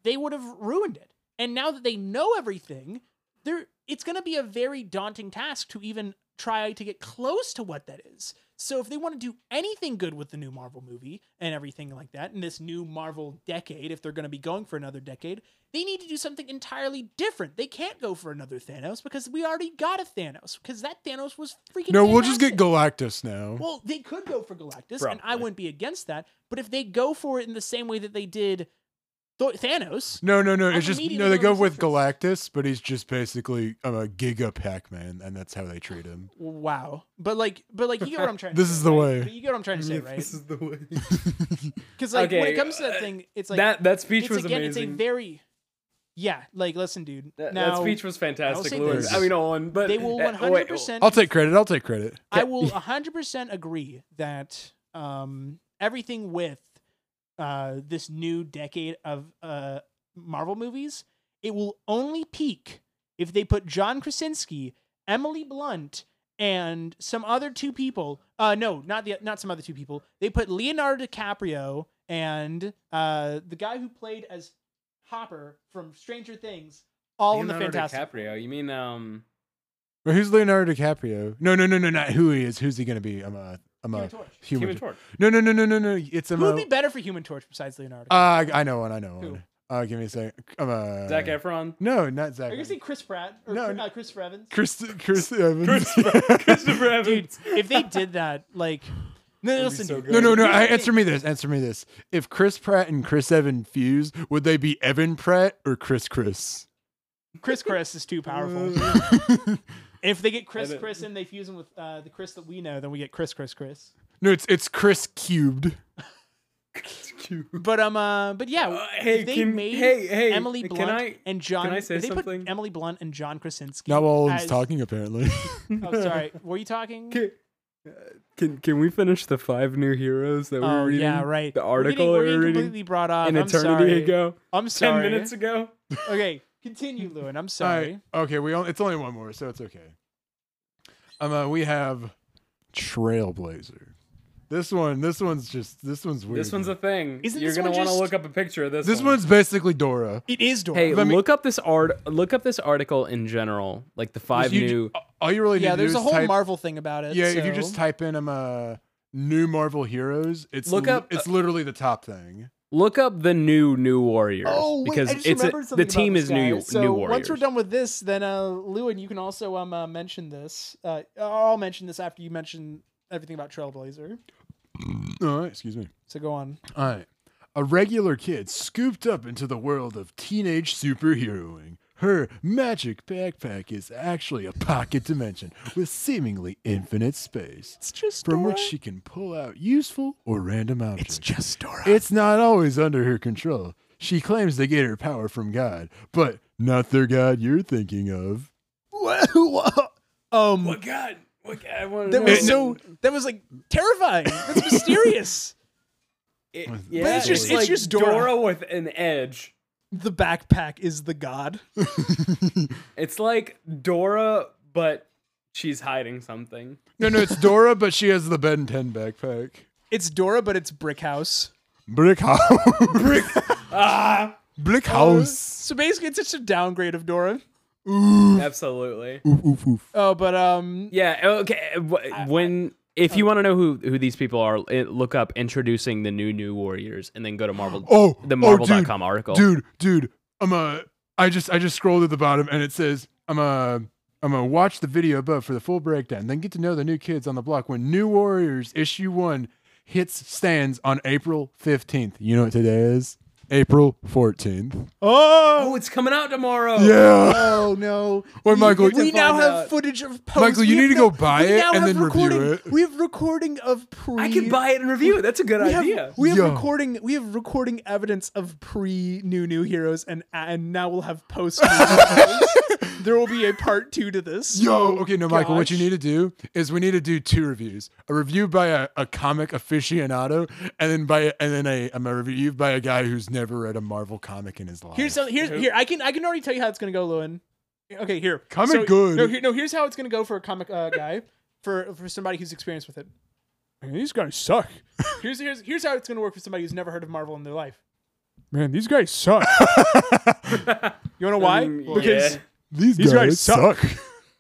A: they would have ruined it. And now that they know everything, there it's going to be a very daunting task to even try to get close to what that is. So if they want to do anything good with the new Marvel movie and everything like that in this new Marvel decade, if they're going to be going for another decade, they need to do something entirely different. They can't go for another Thanos because we already got a Thanos because that Thanos was freaking
C: No, we'll just get
A: fantastic.
C: Galactus now.
A: Well, they could go for Galactus, and I
B: Probably.
A: wouldn't be against that. But if they go for it in the same way that they did Thor- Thanos,
C: No, no, no.
A: I'm
C: It's just
A: immediately
C: no. They go
A: going
C: with
A: with
C: Galactus, but he's just basically um, a Giga Pac-Man, and that's how they treat him.
A: wow. But like, but like, you get what I'm trying. to
C: This
A: say,
C: is the
A: right?
C: way.
A: But you get what I'm trying to say, right?
D: This is the way.
A: Because like when it
B: Okay,
A: comes to that
B: uh,
A: thing, it's like
B: that that speech
A: it's
B: was
A: again,
B: amazing.
A: it's a very, yeah. Like, listen, dude.
B: that,
A: now,
B: that speech was fantastic,
A: say
B: Lewin.
C: this.
B: I mean, Owen, but
A: they will
B: uh, wait,
A: 100. percent
C: I'll take credit. I'll take credit.
A: I will 100% agree that um, everything with uh, this new decade of uh, Marvel movies, it will only peak if they put John Krasinski, Emily Blunt, and some other two people. Uh, no, not the not some other two people. They put Leonardo DiCaprio and uh, the guy who played as Hopper from Stranger Things, all in the
B: Leonardo
A: Fantastic.
B: DiCaprio. You mean um?
C: But who's Leonardo DiCaprio? No, no, no, no, not who he is. Who's he gonna be? I'm a, I'm a
A: Human Torch.
C: human.
B: Human Torch.
C: No, no, no, no, no, no. It's I'm
A: Who
C: a.
A: would be better for Human Torch besides Leonardo?
C: uh, I know one. I know
A: Who?
C: one. Uh, give me a second. I'm a.
B: Zac Efron.
C: No, not Zach.
A: Are you gonna say Chris Pratt or
C: No,
A: Chris,
C: no.
A: uh, Chris Evans?
C: Chris, Chris Evans.
B: Christopher
A: Dude,
B: Evans.
A: if they did that, like, no, no, listen, dude.
C: No, no, no.
A: Here's
C: I,
A: the
C: answer
A: thing.
C: me this. Answer me this. If Chris Pratt and Chris Evan fused, would they be Evan Pratt or Chris Chris?
A: Chris Chris is too powerful. if they get Chris Chris and they fuse him with uh, the Chris that we know, then we get Chris Chris Chris.
C: No, it's it's Chris cubed.
A: But um, uh, but yeah,
B: Uh, hey,
A: if they
B: can-
A: made
B: hey, hey,
A: Emily
B: can
A: Blunt
B: I-
A: and John.
B: can I say
A: if they
B: something?
A: Put Emily Blunt and John Krasinski.
C: Not while Owen's
A: as-
C: talking, apparently.
A: Oh, sorry. Were you talking?
B: uh, Can can we finish the five new heroes that
A: Oh yeah, right.
B: the
A: We're getting-
B: article
A: we're
B: that
A: getting,
B: we're reading
A: completely brought off.
B: an
A: I'm
B: eternity
A: sorry.
B: ago?
A: I'm
B: Ten
A: sorry.
B: minutes ago.
A: Okay, continue, Lewin. I'm
C: All
A: sorry.
C: right. Okay, we only, it's only one more, so it's okay. Um, uh, we have Trailblazer. This one, this one's just this one's weird.
B: This one's a thing.
A: Isn't
B: You're
A: this
B: gonna
A: one
B: want to
A: just-
B: look up a picture of this.
C: this
B: one.
C: one's basically Dora.
A: It is Dora.
B: Hey,
C: Let me-
B: look up this art. Look up this article in general, like the five
C: You-
B: new.
C: All you really need
A: yeah,
C: to
A: there's
C: do
A: a
C: is
A: whole
C: type,
A: Marvel thing about it.
C: Yeah, if you
A: so-
C: just type in um uh, new Marvel heroes, it's
B: Look
C: li-
B: up- uh,
C: It's literally the top thing.
B: Look up the new New Warriors
A: Oh, wait,
B: because
A: I just
B: it's
A: remembered
B: the
A: something about
B: team
A: this
B: is
A: guy.
B: New
A: So
B: New Warriors.
A: once we're done with this, then uh, Lewin, you can also um uh, mention this. Uh, I'll mention this after you mention everything about Trailblazer.
C: All right, Uh, excuse me.
A: So go on.
C: All right. A regular kid scooped up into the world of teenage superheroing. Her magic backpack is actually a pocket dimension with seemingly infinite space
A: It's just
C: from which she can pull out useful or random objects.
A: just Dora.
C: It's not always under her control. She claims to get her power from God, but not their God you're thinking of.
B: Oh,
A: um,
E: What God? What God? I wanna
A: that
E: know.
A: was so. That was like terrifying. That's mysterious.
E: It-
A: But
E: yeah,
A: it's just- it's
E: like
A: just Dora.
B: with an edge.
A: the backpack is the god.
B: It's like Dora, but she's hiding something.
C: No, no, it's Dora, but she has the Ben 10 backpack.
A: It's Dora, but it's Brick House.
C: Brick house. Brick, Ah. Brick house.
A: So basically, it's just a downgrade of Dora.
B: Absolutely.
C: Oof, oof, oof.
A: Oh, but um,
B: Yeah. Okay. w- When
A: Oh.
B: if you want to know who who these people are, i- look up introducing the new New Warriors, and then go to Marvel.
C: Oh,
B: the
C: oh, dude,
B: Marvel.com article.
C: Dude, dude, I'm a. I just I just scrolled at the bottom and it says I'm a. I'm gonna watch the video above for the full breakdown, then get to know the new kids on the block when New Warriors issue one hits stands on April 15th. You know what today is? April 14th.
A: oh,
E: Oh, it's coming out tomorrow.
C: Yeah.
A: oh no.
C: Wait, Michael,
A: we
E: to
A: now
E: find
A: have
E: out.
A: footage of post.
C: Michael, you
A: We
C: need to
A: have
C: go
A: no-
C: buy
A: we
C: it
A: now
C: and
A: have
C: then review
A: recording,
C: it.
A: We have recording of pre.
E: I can buy it and review it. That's a good
A: We have,
E: idea.
A: we have
C: Yo.
A: recording. We have recording evidence of pre new new heroes, and and now we'll have post. New Heroes. there will be a part two to this.
C: Yo, okay, no, Michael, what you
A: gosh.
C: need to do is we need to do two reviews. A review by a, a comic aficionado, and then by and then a, um, a review by a guy who's never read a Marvel comic in his life.
A: Here's some, here's here. I can I can already tell you how it's gonna go, Lewin. Okay, here.
C: Comic good.
A: No, here, no. Here's how it's gonna go for a comic uh, guy, for for somebody who's experienced with it. Man, these guys suck. Here's here's here's how it's gonna work for somebody who's never heard of Marvel in their life. Man, these guys suck. you wanna know why?
B: Mm,
A: because
B: yeah.
C: these,
A: guys
C: suck.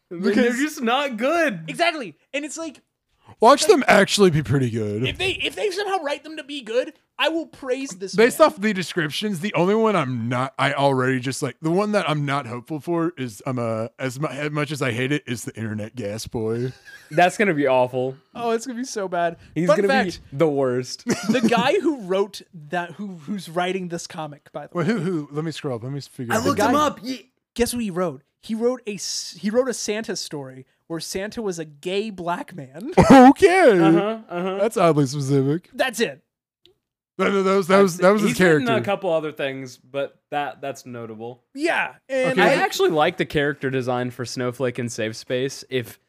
B: They're just not good.
A: exactly, and it's like
C: Watch them actually be pretty good.
A: if they if they somehow write them to be good, I will praise this.
C: Based
A: man.
C: off the descriptions, the only one I'm not, I already just like the one that I'm not hopeful for is I'm a as, mu- as much as I hate it is the internet gas boy.
B: That's gonna be awful.
A: oh, it's gonna be so bad.
B: He's
A: Fun
B: gonna
A: fact,
B: be the worst.
A: the guy who wrote that who who's writing this comic by the way.
C: Wait, who who? Let me scroll up. Let me figure.
E: I
C: out the
E: looked
C: guy.
E: him up. Ye-
A: guess what he wrote? He wrote a s- he wrote a Santa story where Santa was a gay black man.
C: Okay,
B: uh-huh, uh-huh.
C: that's oddly specific.
A: That's it.
C: No, no, that was that was that was his
B: He's written uh,
C: character.
B: A couple other things, but that that's notable.
A: Yeah, and
B: I
A: I,
B: actually like the character design for Snowflake and Save Space. If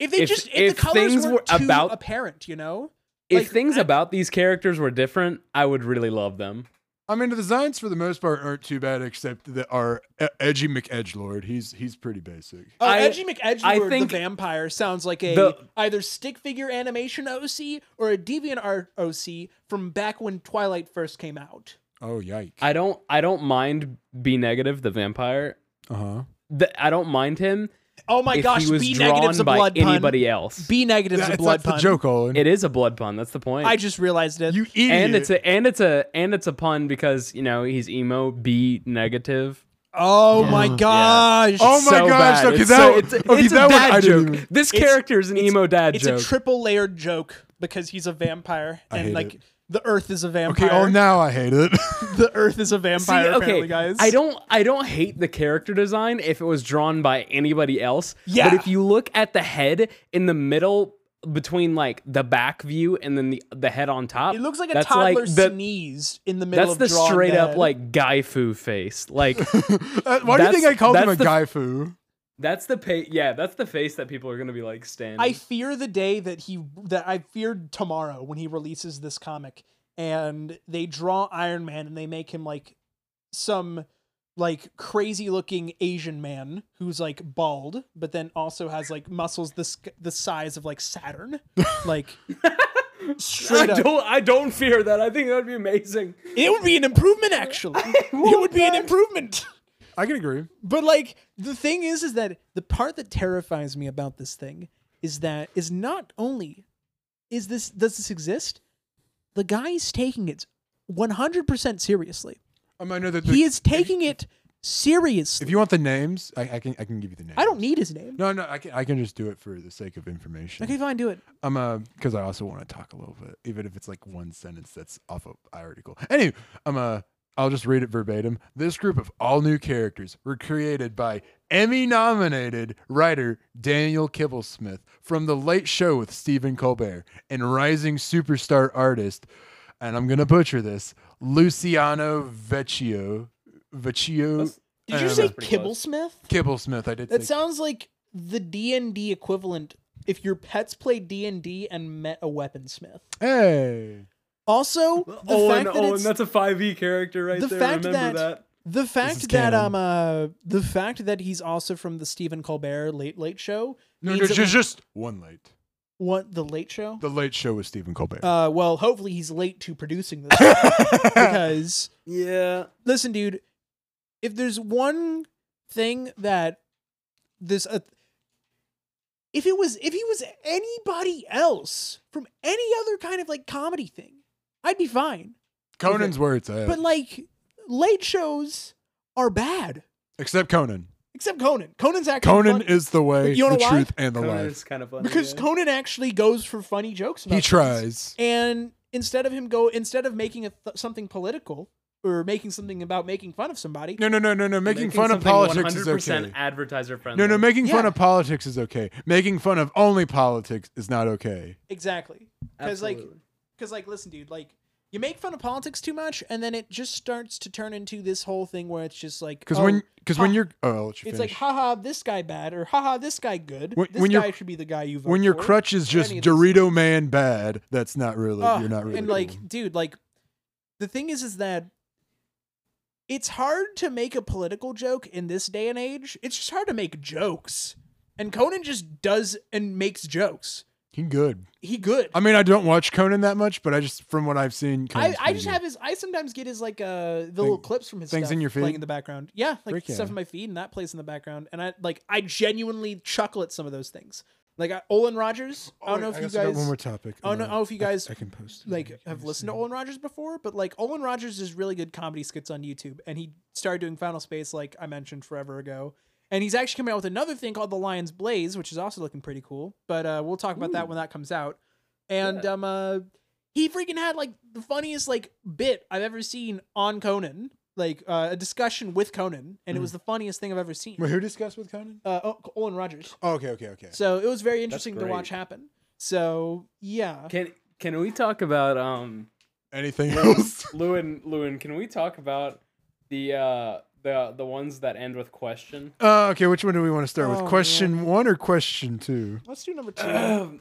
A: if they
B: if-
A: just if,
B: if
A: the colors
B: things
A: were,
B: were
A: too
B: about-
A: apparent, you know.
B: if
A: Like,
B: things
A: I-
B: about these characters were different, I would really love them.
C: I mean, the designs for the most part aren't too bad, except that our e- edgy McEdgelord. He's he's pretty basic.
A: Oh,
B: I-
A: Edgy McEdgelord,
B: I
A: the
B: think-
A: vampire, sounds like a
B: The-
A: either stick figure animation OC or a deviant art OC from back when Twilight first came out.
C: Oh yike!
B: I don't I don't mind B negative the vampire.
C: Uh huh.
B: The, I don't mind him
A: Oh my
B: if
A: gosh,
B: he was
A: B
B: drawn
A: negatives a
B: by
A: blood
B: anybody else.
A: pun. B negatives a
C: That's,
A: blood
C: that's the
A: pun.
C: joke, Olin.
B: it is a blood pun. That's the point.
A: I just realized it.
C: you idiot!
B: and it's a and it's a and it's a pun because you know he's emo B negative.
A: oh my gosh.
C: Oh my
B: so
C: gosh,
B: Bad.
C: okay,
B: it's
C: that-
B: so, it's, a-
C: okay,
B: it's
C: that
B: a
C: one
B: dad
C: I didn't
B: joke.
C: even-
B: This character is an emo dad
A: it's
B: joke.
A: a triple layered joke because he's a vampire and
C: hate
A: like
C: it.
A: the earth is a vampire.
C: okay. Oh, now I hate it.
A: the earth is a
B: See,
A: vampire apparently, guys.
B: I don't I don't hate the character design if it was drawn by anybody else.
A: Yeah.
B: But if you look at the head in the middle between like the back view and then the the head on top.
A: It looks like a
B: that's
A: toddler
B: the,
A: sneezed in the middle
B: That's
A: of
B: the
A: drawing
B: straight up
A: dead.
B: like Gaifu face. Like
C: Uh, Why do you
B: That's-
C: think I called him a
B: that's the-
C: guy foo?
B: that's the pa- yeah, that's the face that people are going to be like standing.
A: I fear the day that he that I feared tomorrow when he releases this comic and they draw Iron Man and they make him like some like crazy looking Asian man who's like bald but then also has like muscles the s- the size of like Saturn like Straight
E: I
A: up.
E: don't. I don't fear that. I think that'd be amazing.
A: It would be an improvement, actually. it would be an improvement.
C: I can agree.
A: But like the thing is, is that the part that terrifies me about this thing is that is not only is this does this exist, the guy is taking it one hundred percent seriously.
C: Um, I know that the,
A: He is taking it seriously.
C: If you want the names, I, I can I can give you the names.
A: I don't need his name.
C: No, no, I can I can just do it for the sake of information.
A: Okay, fine, do it.
C: I'm uh because I also want to talk a little bit, even if it's like one sentence that's off of article. Anyway, I'm uh I'll just read it verbatim. This group of all new characters were created by Emmy nominated writer Daniel Kibblesmith from The Late Show with Stephen Colbert and rising superstar artist, and I'm gonna butcher this, Luciano Vecchio. Vecchio
A: Did you
C: Uh,
A: say
C: that's
E: pretty close.
A: Kibblesmith?
C: Kibblesmith, I did
A: That
C: say
A: sounds like the D and D equivalent. If your pets played D and D and met a weaponsmith.
C: Hey.
A: Also, the fact that it's
E: a five E character right
A: the fact that, the fact that um uh, the fact that he's also from the Stephen Colbert Late Late Show
C: No,
A: means
C: no,
A: that
C: just, just one late.
A: we- what the Late Show.
C: The Late Show with Stephen Colbert.
A: uh, well, hopefully he's late to producing this because
E: Yeah.
A: listen, dude, if there's one thing that this uh, if it was if he was anybody else from any other kind of like comedy thing, I'd be fine.
C: Conan's where it's at.
A: But like late shows are bad,
C: Except Conan.
A: except Conan. Conan's actually
C: Conan
A: fun-
C: is the way,
A: But you know
C: the
A: why?
C: truth, and the
E: It's
C: life.
E: kind of funny.
A: because
E: yeah.
A: Conan actually goes for funny jokes. About
C: He
A: things.
C: tries.
A: and instead of him go instead of making a th- something political or making something about making fun of somebody,
C: No, no, no, no, no. Making,
B: Making
C: fun of
B: something
C: politics is
B: 100%
C: okay.
B: Advertiser friendly.
C: No, no, making fun
A: Yeah.
C: of politics is okay. Making fun of only politics is not okay.
A: exactly because like
E: Absolutely.
A: because like listen, dude, like you make fun of politics too much, and then it just starts to turn into this whole thing where it's just like
C: Because
A: oh,
C: when, because when
A: ha-
C: you're, oh, I'll let you
A: it's like
C: finish.
A: haha this guy bad or haha this guy good.
C: When-
A: this
C: when your-
A: guy should be the guy you vote
C: when your
A: for.
C: crutch is
A: or
C: just
A: any of this.
C: Dorito Man bad, that's not really.
A: Ugh,
C: you're not really.
A: and
C: cool.
A: like, dude, like the thing is, is that it's hard to make a political joke in this day and age. It's just hard to make jokes, and Conan just does and makes jokes.
C: he good.
A: He good.
C: I mean, I don't watch Conan that much, but I just from what I've seen,
A: I,
C: Conan's
A: I
C: pretty
A: just
C: good.
A: have his. I sometimes get his like uh the little clips from his
C: things
A: stuff
C: in your
A: playing
C: feed?
A: in the background. Yeah, like
C: Frick yeah.
A: stuff in my feed and that plays in the background. And I like I genuinely chuckle at some of those things. Like I, Olin Rogers. I don't know if you
C: guess Oh, I got
A: guys.
C: one more topic.
A: I don't know I don't know if you guys
C: I can post. it.
A: like have listened to Olin Rogers before, but like Olin Rogers does really good comedy skits on YouTube, and he started doing Final Space like I mentioned forever ago. And he's actually coming out with another thing called The Lion's Blaze, which is also looking pretty cool. But uh, we'll talk about that when that comes out. And um, uh, he freaking had like the funniest like bit I've ever seen on Conan, like uh, a discussion with Conan, and it was the funniest thing I've ever seen.
C: Wait, who discussed with Conan?
A: Uh, O- Olin Rogers.
C: Oh, okay, okay, okay.
A: So it was very interesting to
E: great.
A: watch happen. So yeah,
B: Can can we talk about um
C: Anything else?
B: Lewin Lewin, can we talk about the uh the the ones that end with question?
C: Uh, okay, which one do we want to start
A: Oh,
C: with? Question one or question two?
A: let's do number two.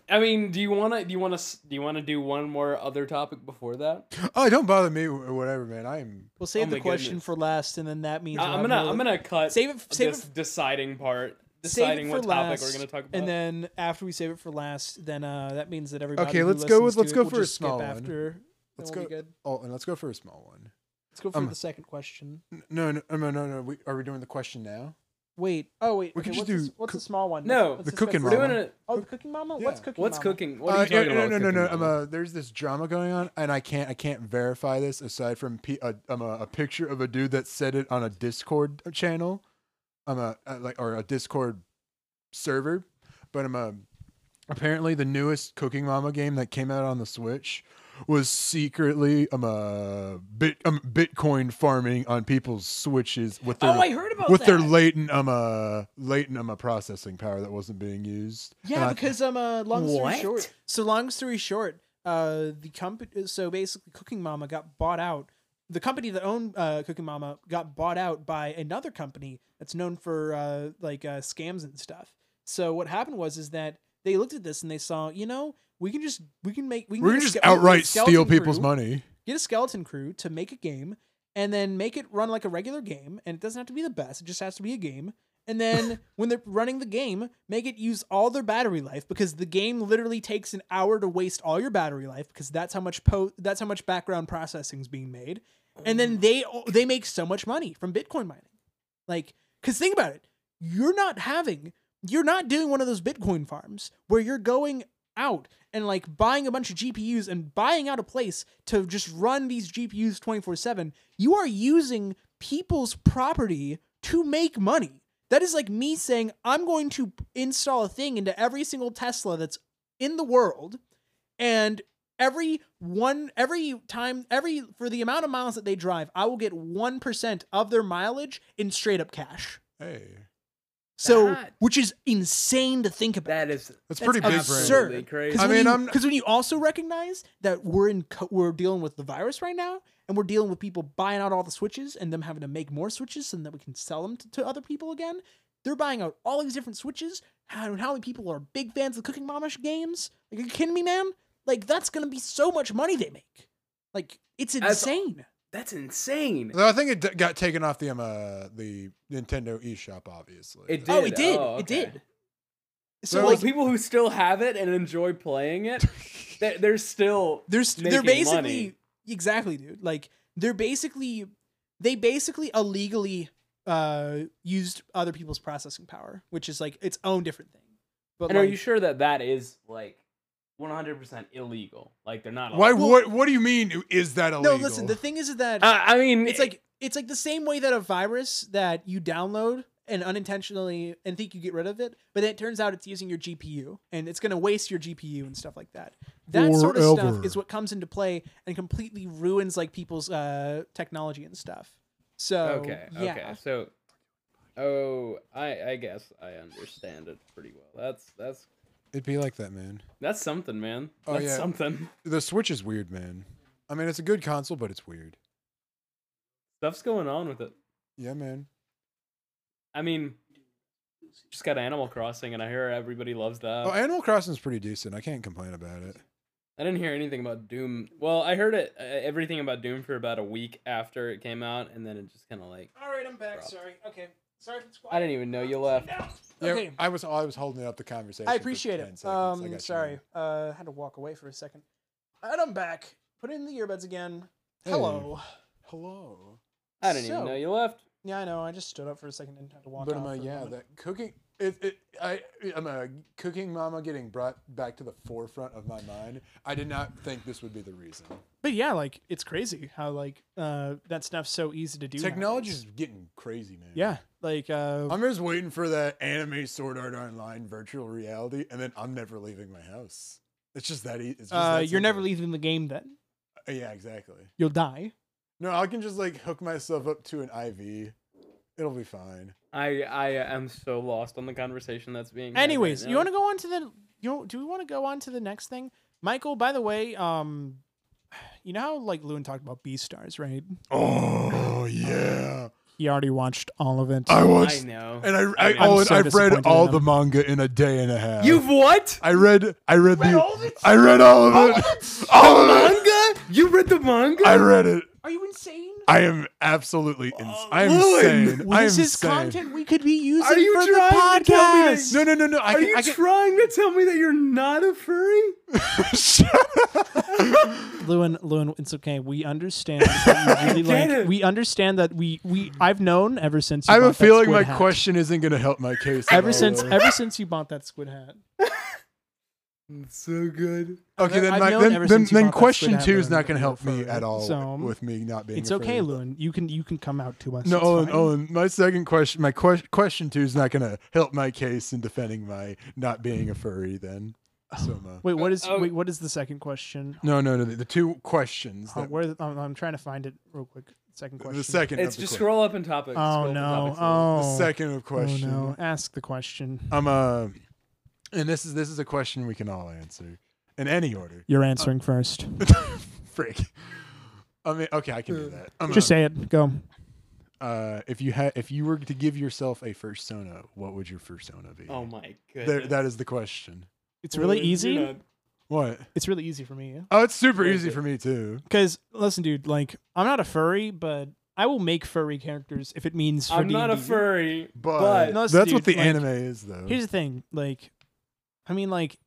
B: I mean, do you want to do you want to do you want to do one more other topic before that?
C: Oh, don't bother me. w- Whatever, man. I'm.
A: We'll save
B: Oh
A: the
B: my
A: question
B: goodness.
A: for last, and then that means
B: I-
A: we'll
B: I'm
A: have
B: gonna
A: another-
B: I'm gonna cut
A: save it. Save
B: this
A: it.
B: deciding part,
A: Save
B: deciding
A: it
B: what
A: for
B: topic
A: last,
B: we're gonna talk about.
A: and then after we save it for last, then uh, that means that everybody.
C: Okay,
A: who
C: let's go
A: listens
C: with-
A: to
C: let's
A: it
C: go
A: will
C: for a
A: just skip
C: small one.
A: after. and
C: Let's
A: we'll be
C: go-
A: good.
C: Oh, and let's go for a small one.
A: Let's go for
C: um,
A: the second question.
C: N- No, no, no, no. no. We, are we doing the question now?
A: Wait. Oh wait.
C: we could
A: okay,
C: just
A: what's a s-
C: do
A: what's a
C: cook-
A: small one?
B: No,
A: Let's
C: the
A: discuss
C: cooking
A: that.
B: we're
C: mama.
B: doing it.
A: Oh, the cooking mama. What's
C: Yeah.
A: cooking?
B: What's
A: mama?
B: cooking? What are
C: Uh,
B: you talking
C: yeah,
B: about?
C: no, no,
B: cooking,
C: no, no.
B: Mama?
C: I'm uh there's this drama going on, and I can't, I can't verify this aside from p- a, I'm a, a picture of a dude that said it on a Discord channel, I'm a, uh, like or a Discord server, but I'm a. Apparently, the newest Cooking Mama game that came out on the Switch was secretly um, a bit um, Bitcoin farming on people's switches with their
A: Oh, I heard about
C: with their
A: that.
C: latent um uh, latent um uh, processing power that wasn't being used. And
A: Yeah,
C: I-
A: because um, uh, long story
E: What?
A: short. So long story short, uh, the company. So basically, Cooking Mama got bought out. The company that owned uh, Cooking Mama got bought out by another company that's known for uh, like uh, scams and stuff. So what happened was is that they looked at this and they saw, you know, we can just we can make we can
C: we're
A: get
C: gonna
A: a
C: just
A: ske- we can get a
C: outright steal
A: skeleton
C: people's
A: crew-
C: money.
A: Get a skeleton crew to make a game and then make it run like a regular game, and it doesn't have to be the best. It just has to be a game. And then when they're running the game, make it use all their battery life because the game literally takes an hour to waste all your battery life because that's how much po- that's how much background processing is being made. And then they they make so much money from Bitcoin mining. Like, because think about it. You're not having, you're not doing one of those Bitcoin farms where you're going out and like buying a bunch of GPUs and buying out a place to just run these GPUs 24 7. You are using people's property to make money. That is like me saying, I'm going to install a thing into every single Tesla that's in the world and every one every time every for the amount of miles that they drive i will get 1% of their mileage in straight up cash
C: Hey,
A: so
E: That-
A: which is insane to think about
E: That is
C: that's, pretty big.
E: That's
C: brain.
E: absurd.
A: absurd
E: crazy.
C: I
A: I mean,
C: mean, I'm-
A: because when you also recognize that we're in co- we're dealing with the virus right now, and we're dealing with people buying out all the switches and them having to make more switches and that we can sell them to, to other people again. They're buying out all these different switches. How, how many people are big fans of Cooking Mama games? Like, are you kidding me, man? Like, that's gonna be so much money they make. Like, it's
E: That's-
A: insane.
E: that's insane.
C: Though I think it d- got taken off the um, uh, the Nintendo eShop, obviously.
E: It
A: Oh,
E: did.
A: it did.
E: Oh,
A: It
E: okay.
A: did.
E: So,
A: So
E: like
A: like,
E: people who still have it and enjoy playing it, they're, they're still
A: they're st- they're
E: making
A: basically
E: money.
A: exactly, dude. Like they're basically they basically illegally uh used other people's processing power, which is like its own different thing. But
B: And
A: like,
B: are you sure that that is like 100% illegal? Like they're not.
C: Why?
B: allowed-
C: what? What do you mean? Is that illegal?
A: no, listen. The thing is that
B: Uh, I mean,
A: it's like it's like the same way that a virus that you download and unintentionally and think you get rid of it, but then it turns out it's using your GPU and it's going to waste your GPU and stuff like that. That sort of stuff
C: Forever.
A: is what comes into play and completely ruins like people's uh, technology and stuff.
C: um,
A: So
B: okay.
A: yeah,
B: Okay. So, oh, I I guess I understand it pretty well. That's that's
C: It'd be like that, man.
B: that's something, man.
C: Oh,
B: That's
C: yeah.
B: something.
C: The Switch is weird, man. I mean, it's a good console, but it's weird.
B: Stuff's going on with it.
C: Yeah, man.
B: I mean, just got Animal Crossing, and I hear everybody loves that.
C: oh, Animal Crossing's pretty decent. I can't complain about it.
B: I didn't hear anything about Doom. Well, I heard it uh, everything about Doom for about a week after it came out, and then it just kind of like
A: All right, I'm back.
B: Rough.
A: Sorry. Okay. Sorry. If it's
B: I didn't even know you left.
C: Yeah,
A: Okay.
C: I was I was holding up the conversation.
A: I
C: for
A: appreciate
C: 10
A: it.
C: seconds. I
A: Um,
C: got you,
A: sorry.
C: man.
A: Uh, had to walk away for a second. And I'm back. Put in the earbuds again. Hello.
C: Hello.
B: I didn't even
A: So-
B: know you left.
A: Yeah, I know. I just stood up for a second and had to walk.
C: But
A: off
C: I'm
A: for
C: like,
A: a
C: yeah,
A: moment.
C: that cooking. It, it, I, I'm a cooking mama getting brought back to the forefront of my mind. I did not think this would be the reason.
A: But yeah, like it's crazy how like uh that stuff's so easy to do.
C: Technology's getting crazy, man.
A: nowadays. Yeah, like uh,
C: I'm just waiting for that anime Sword Art Online virtual reality, and then I'm never leaving my house. It's just that easy.
A: uh you're never leaving the game. Then
C: Yeah, exactly.
A: you'll die.
C: No, I can just like hook myself up to an IV. It'll be fine.
B: I I am so lost on the conversation that's being. had
A: Anyways,
B: right
A: you
B: now.
A: want to go on to the you do we want to go on to the next thing, Michael? By the way, um, you know how like Lewin talked about B stars, right?
C: Oh yeah,
A: He already watched all of it.
C: I
B: I
C: watched
B: know.
C: and I, I
B: I'm
C: oh, and
A: so
C: I've read
A: disappointed
C: all
A: in
C: the
A: him.
C: manga in a day and a half.
B: You've what?
C: I read I read, the I read all of it. All of it.
B: Manga? You read the manga?
C: I read it.
A: Are you insane?
C: I am absolutely ins- I am
B: Lewin,
C: insane.
A: Well,
C: I am
A: this is
C: insane.
A: content we could be using
B: Are you
A: for the
B: trying to tell me
A: podcast.
B: that-
C: No, no, no, no. I
B: Are
C: can,
B: you
C: I can,
B: trying to tell me that you're not a furry?
A: Lewin, Lewin, it's okay. We understand. that you really
B: get
A: like-
B: it.
A: We understand that we we I've known ever since. You
C: I have a
A: bought that
C: feeling
A: squid
C: my
A: hat.
C: question isn't going to help my case. at
A: Ever
C: all,
A: since,
C: though.
A: ever since you bought that squid hat.
B: So good.
C: okay, then
A: I've
C: my,
A: known ever
C: then, then,
A: since you
C: then
A: bought that
C: question
A: squid
C: two
A: hat,
C: is
A: Lewin,
C: not going to
A: that
C: help
A: you're
C: me
A: furry.
C: at all
A: So-
C: with me not being.
A: It's
C: a
A: okay,
C: furry.
A: Lewin. You can you can come out to us.
C: No,
A: It's
C: Owen,
A: fine.
C: Owen. My second question, my question, question two is not going to help my case in defending my not being a furry. Then, Soma.
A: Wait, what is
B: oh.
A: wait? What is the second question?
C: No, no, no. The, the two questions.
A: Oh,
C: that-
A: where I'm, I'm trying to find it real quick. Second question.
C: the second.
B: It's
C: of
B: just
C: the que-
B: scroll up in topics. scroll up
A: Oh
B: in
A: no.
B: topics a little.
A: Oh.
C: The second of question.
A: Oh no. Ask the question.
C: I'm uh, and this is this is a question we can all answer in any order.
A: You're answering first.
C: Freak. I mean, okay, I can do that. I'm
A: Uh, Just say it. Go.
C: uh, if you had, if you were to give yourself a fursona, what would your fursona be?
B: Oh my
C: there,
B: goodness.
C: that is the question.
A: It's really
B: Lewin, you're
A: easy.
B: not-
C: What?
A: It's really easy for me.
C: Oh, it's super
B: What is
C: easy
B: it?
C: for me too.
A: Because listen, dude. Like I'm not a furry, but I will make furry characters if it means for
E: I'm not a
A: D&D.
E: furry,
C: But,
E: but
A: No,
C: that's
A: dude,
C: what the
A: like-
C: anime is, though.
A: Here's the thing, like, I mean, like,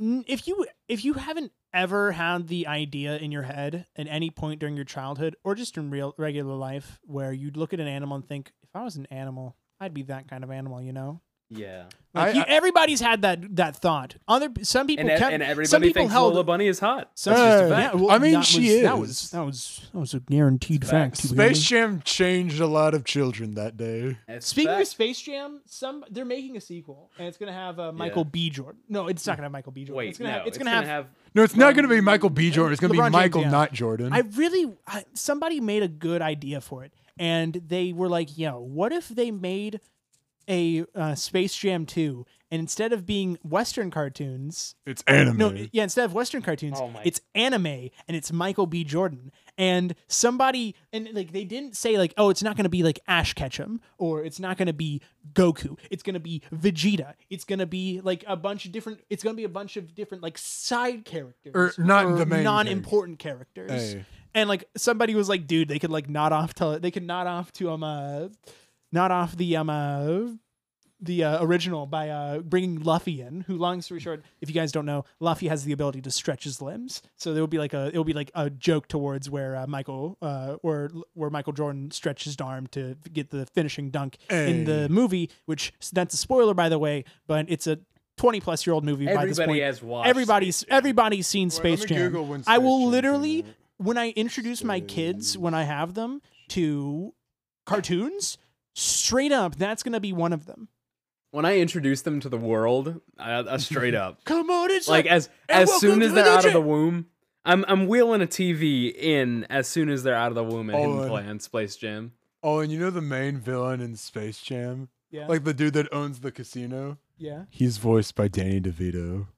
A: n- if you if you haven't ever had the idea in your head at any point during your childhood or just in real regular life where you'd look at an animal and think, if I was an animal, I'd be that kind of animal, you know.
B: Yeah.
A: Like
C: I-
A: you,
C: I-
A: everybody's had that that thought. Other some people
B: And, e-
A: kept,
B: and
A: some
B: everybody
A: people
B: thinks
A: held
B: Lola Bunny is hot.
A: some,
C: Hey,
A: yeah, well,
C: I mean,
A: that
C: she
A: was, That
C: is.
A: was that was that was a guaranteed fact. to be
C: Space
A: honest.
C: Jam changed a lot of children that day.
B: That's
A: Speaking of
B: fact.
A: Space Jam, some they're making a sequel, and it's gonna have uh, Michael B. Jordan. No, it's not gonna have Michael B. Jordan.
B: Wait,
A: it's gonna
B: no,
A: have, it's, gonna, have.
C: No, it's not going to be Michael B. Jordan. It's going to
A: Um, LeBron
C: be
A: James,
C: Michael,
A: yeah.
C: not Jordan.
A: I really, I, somebody made a good idea for it, and they were like, "Yo, what if they made a uh, Space Jam two, and instead of being Western cartoons,
C: it's anime.
A: no, yeah, instead of Western cartoons,
B: Oh my-
A: it's anime, and it's Michael B. Jordan, and somebody, and like they didn't say like, oh, it's not gonna be like Ash Ketchum, or it's not gonna be Goku, it's gonna be Vegeta, it's gonna be like a bunch of different, it's gonna be a bunch of different like side characters,
C: Or Er, not the main
A: non-important characters,
C: Hey.
A: and like somebody was like, dude, they could like nod off to, they could nod off to um, uh, nod off the um. Uh, the uh, original by uh, bringing Luffy in. Who, long story short, if you guys don't know, Luffy has the ability to stretch his limbs. So there will be like a it will be like a joke towards where uh, Michael uh, where where Michael Jordan stretched his arm to get the finishing dunk in the movie. Which that's a spoiler, by the way, but it's a. 20 plus year old movie by this
B: Everybody
A: point.
B: has watched
A: everybody's everybody's seen
C: let
A: Space
C: me
A: Jam.
C: Google when
A: I
C: Space
A: will
C: Jam came
A: literally
C: out.
A: when I introduce my kids when I have them to cartoons, straight up that's going to be one of them.
B: when I introduce them to the world, I, I straight up
A: Come on, it's
B: like as as
A: welcome
B: soon
A: to
B: as
A: the
B: they're out of
A: kitchen.
B: the womb, I'm I'm wheeling a TV in as soon as they're out of the womb and
C: Oh,
B: hidden
C: and-
B: playing Space Jam.
C: Oh, and you know the main villain in Space Jam?
A: yeah,
C: Like the dude that owns the casino?
A: yeah.
C: He's voiced by Danny DeVito.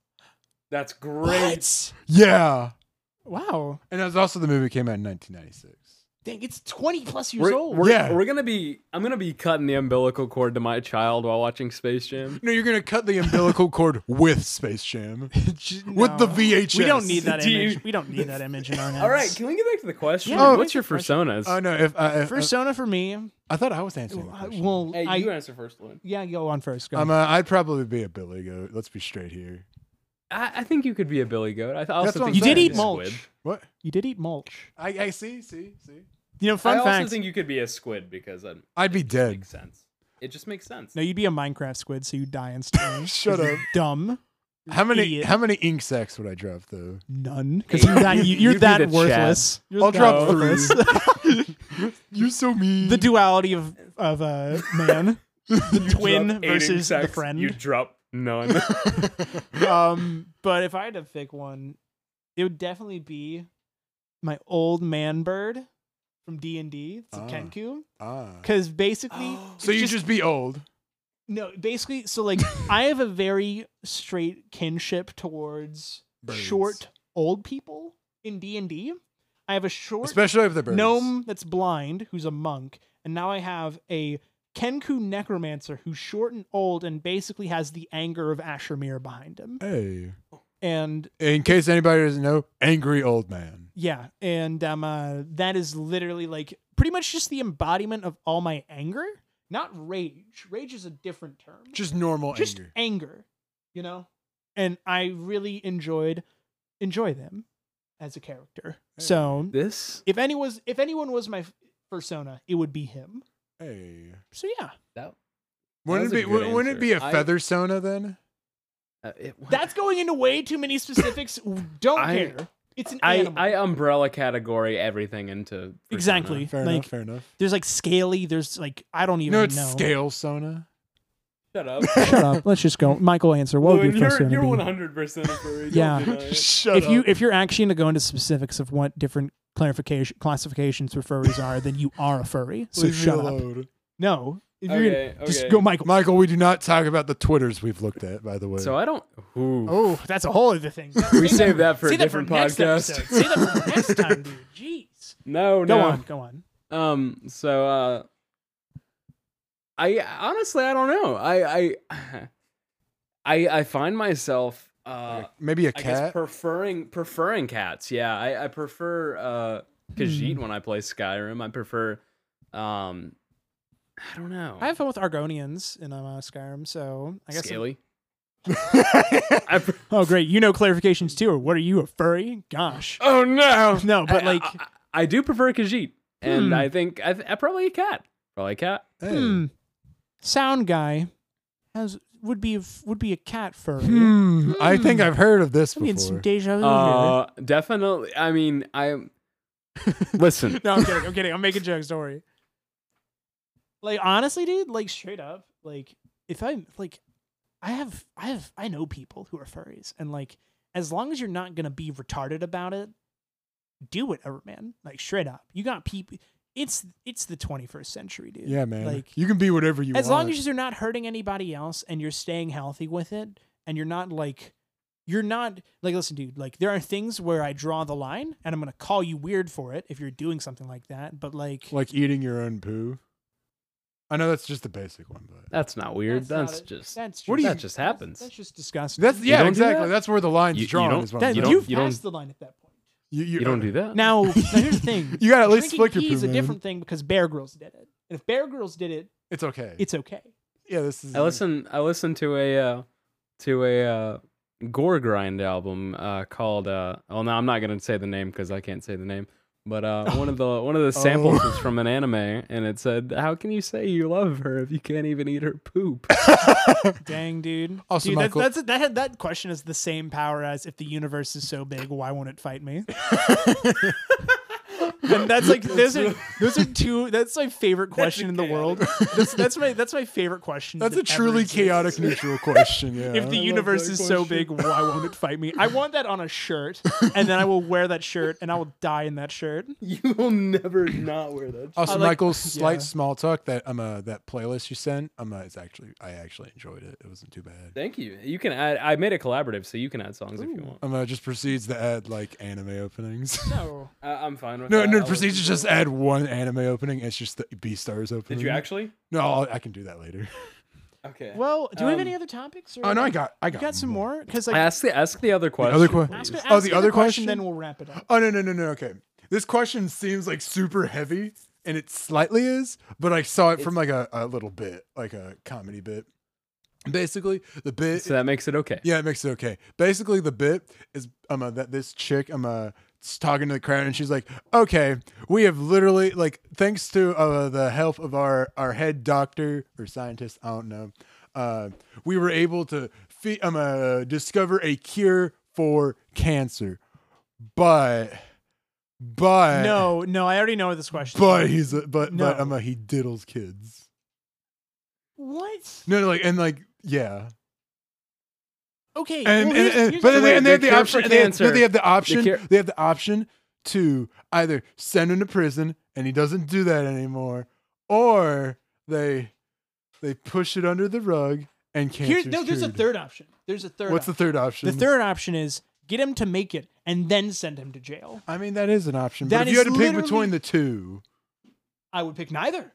B: That's great.
C: Yeah.
A: Wow,
C: And that was also the movie came out in 1996.
A: dang, it's twenty plus years
B: We're,
A: old.
B: we're,
C: Yeah.
B: we're gonna be I'm gonna be cutting the umbilical cord to my child while watching Space Jam.
C: No, you're going to cut the umbilical cord with Space Jam. With the
A: No.
C: VHS.
A: we don't need that
B: Do
A: image.
B: you-
A: We don't need that image in our heads.
E: all right, can we get back to the question?
A: Yeah.
B: What's your personas?
A: Uh,
C: Oh, no. If, I if,
A: persona for me.
C: I thought I was answering the
A: I-
C: question.
A: Well,
E: Hey,
A: I,
E: you answer first, Lynn.
A: yeah, go on first. Go.
C: I'm a, I'd probably be a Billy Goat. Let's be straight here.
B: I, I think you could be a Billy Goat. I th- I also
C: That's what
B: think
C: I'm
A: you
B: could
A: did
B: be
A: eat
B: a
A: mulch.
B: squid.
C: What?
A: You did eat mulch.
C: I, I see, see, see.
A: You know, fun
B: I
A: fact.
B: also think you could be a squid because I'm,
C: I'd be dead.
B: makes sense. It just makes sense.
A: no, you'd be a Minecraft squid, so you die instantly.
C: Shut
A: 'Cause
C: up.
A: you're Dumb.
C: How many
A: Idiot.
C: how many ink sacks would I drop though?
A: None. Because you're that, you, you're
B: You'd be the
A: that
B: Chad.
A: worthless. You're
C: I'll
A: that
C: drop
A: worthless.
C: You're so mean.
A: the duality of of uh, man, the twin
B: Drop eight
A: versus the
B: insects,
A: friend.
B: You drop none.
A: um, but if I had to pick one, it would definitely be my old man bird from D and D. It's a
C: Ah.
A: Kenku,
C: ah.
A: because basically,
C: So
A: it's
C: you just be old.
A: no, basically, so like I have a very straight kinship towards
C: Birds.
A: short old people in D and D. I have a short
C: Especially if the birds.
A: gnome that's blind, who's a monk, and now I have a Kenku necromancer who's short and old and basically has the anger of Ashermir behind him.
C: Hey.
A: And
C: In case anybody doesn't know, angry old man.
A: yeah, and um, uh, that is literally like pretty much just the embodiment of all my anger, not rage. Rage is a different term.
C: Just normal
A: Just
C: anger.
A: anger, you know. And I really enjoyed enjoy them as a character. So
B: this
A: if anyone was if anyone was my f- persona, it would be him.
C: Hey.
A: So yeah.
B: that, was
C: Wouldn't it be
B: a good
C: wouldn't it be a
B: answer. I-
C: feather sona then?
B: uh, it,
A: That's going into way too many specifics. Don't
B: I-
A: care. It's an
B: I,
A: animal.
B: I umbrella category everything into persona.
A: exactly.
C: Fair
A: like
C: enough, fair enough.
A: there's like scaly. There's like I don't even
C: No, it's
A: know.
C: scale sona.
E: Shut up.
A: Shut up. Let's just go. Michael, answer. What
E: Lewin,
A: would your
E: you're
A: persona
E: you're
A: be?
E: 100 percent a furry. don't
A: Yeah.
E: deny it.
C: Shut
A: If
C: up.
A: you if you're actually going to go into specifics of what different clarification classifications for furries are, then you are a furry. So
C: Leave me
A: shut up.
C: alone.
A: No. If you're gonna-
E: Okay,
A: Just
E: okay.
A: go, Michael.
C: Michael, we do not talk about the Twitters we've looked at, by the way.
B: So I don't. Ooh.
A: Oh, that's a whole other thing.
B: we saved that for a
A: Save that
B: different
A: next
B: podcast.
A: episode. Save that for next time, dude. Jeez.
B: No,
A: Go
B: no.
A: on. Go on.
B: Um. So, uh, I honestly I don't know. I I I I find myself uh
C: Maybe a
E: I guess
C: cat.
B: preferring
E: preferring.
B: preferring cats. Yeah, I I prefer uh
A: Hmm.
B: Khajiit when I play Skyrim. I prefer. Um, I don't know.
A: I have fun with Argonians in um, uh, Skyrim, so I guess.
B: Scaly. I pre-
A: Oh, great! You know clarifications too. Or what are you a furry? Gosh,
B: oh no.
A: no, but
B: I-
A: like,
B: I, I, I do prefer Khajiit, and
A: Hmm.
B: I think I, th- I probably a cat. Probably a cat.
C: Hey.
A: hmm, sound guy has would be a f- would be a cat furry.
C: Hmm, I think I've heard of this
A: I'm getting some
C: before.
A: deja vu here.
B: Uh, definitely. I mean, I listen.
A: No, I'm kidding. I'm kidding. I'm making jokes. Don't worry. Like honestly, dude, like straight up, like if I'm like, I have, I have, I know people who are furries, and like as long as you're not gonna be retarded about it, do it, uh, man. Like straight up, you got people. It's it's the 21st century, dude.
C: yeah, man.
A: Like
C: you can be whatever you
A: as
C: want.
A: long as you're not hurting anybody else and you're staying healthy with it and you're not like you're not like listen dude like there are things where i draw the line and i'm gonna call you weird for it if you're doing something like that but like
C: like eating your own poo. I know that's just the basic one, but
B: That's not weird.
A: not
B: That's,
A: it.
B: just
A: that's just,
B: what do you- that
A: that's-
B: just happens.
A: that's just disgusting
C: that's
B: You
C: yeah,
B: don't do
C: exactly.
B: that?
C: That's where the line's
B: You- you
C: drawn.
B: don't-
C: is what I'm
A: that,
B: you
C: saying.
B: don't-
A: you've
B: you
A: passed the line at that point
C: you, you,
B: you don't do that.
A: now, now here's the thing
C: You gotta at least
A: Drinking
C: flick your
A: pee
C: poo,
A: is a
C: man.
A: different thing because bear girls did it and if bear girls did it
C: It's okay.
A: it's okay
C: yeah, this is.
B: I listened. I listened to a uh, to a uh, gore grind album uh, called. Uh, well, no, I'm not gonna say the name because I can't say the name. But uh, one of the one of the samples was from an anime, and it said, "How can you say you love her if you can't even eat her poop?"
A: Dang, dude.
C: Also,
A: dude, that-
C: Michael-
A: that's that. That question is the same power as if the universe is so big, why won't it fight me? and that's like those are those are two. That's my favorite question in the world. That's, that's my that's my favorite question.
C: That's a
A: that ever
C: truly
A: exists.
C: chaotic neutral question. Yeah.
A: If the universe is so big, why won't it fight me? I want that on a shirt, and then I will wear that shirt, and I will die in that shirt.
E: You will never not wear that.
C: Also,
A: I like-
C: Michael's slight
A: yeah.
C: small talk that um uh, that playlist you sent um uh, it's actually I actually enjoyed it. It wasn't too bad.
B: Thank you. You can add. I made a collaborative, so you can add songs if you want.
C: Um uh, just proceeds to add like anime openings.
A: No,
B: I, I'm fine with
C: no,
B: that.
C: no,
B: I'll
C: proceeds to
B: listen
C: just
B: it.
C: add one anime opening. It's just the B stars opening.
B: Did you actually?
C: No, I'll, I can do that later.
E: Okay.
A: Well, do we have
B: Um,
A: any other topics? Or
C: Oh no, I got I got,
A: You got some more because like
B: ask the ask the other question.
C: other que-
A: ask,
B: please.
A: ask
C: Oh, the other question?
A: then we'll wrap it up.
C: Oh no no no no okay. This question seems like super heavy, and it slightly is, but I saw it from like a, a little bit, like a comedy bit. Basically, the bit
B: So that makes it okay.
C: Yeah, it makes it okay. Basically, the bit is um uh, that this chick um uh s- talking to the crowd and she's like, "Okay, we have literally like thanks to uh the help of our our head doctor or scientist, I don't know, uh, we were able to fe- um uh, discover a cure for cancer, but but
A: No, no, I already know this question.
C: but he's a, but but
A: No.
C: um uh, he diddles kids.
A: What?
C: No, no, like and like yeah."
A: Okay.
C: and,
A: well,
C: and,
A: here's-
C: and-
A: here's
C: but
A: the-
C: then they, and they
B: the
C: have the
B: cure
C: option.
B: for
C: They have, no,
B: cancer.
C: they have the option.
B: cure-
C: They have the option to either send him to prison, and he doesn't do that anymore, or they they push it under the rug and
A: here,
C: cancer.
A: no, there's a third option. There's a third.
C: What's the
A: option.
C: third option?
A: The third option is get him to make it and then send him to jail.
C: I mean, that is an option.
A: That
C: but if you had
A: is
C: to pick
A: literally-
C: between the two,
A: I would pick neither.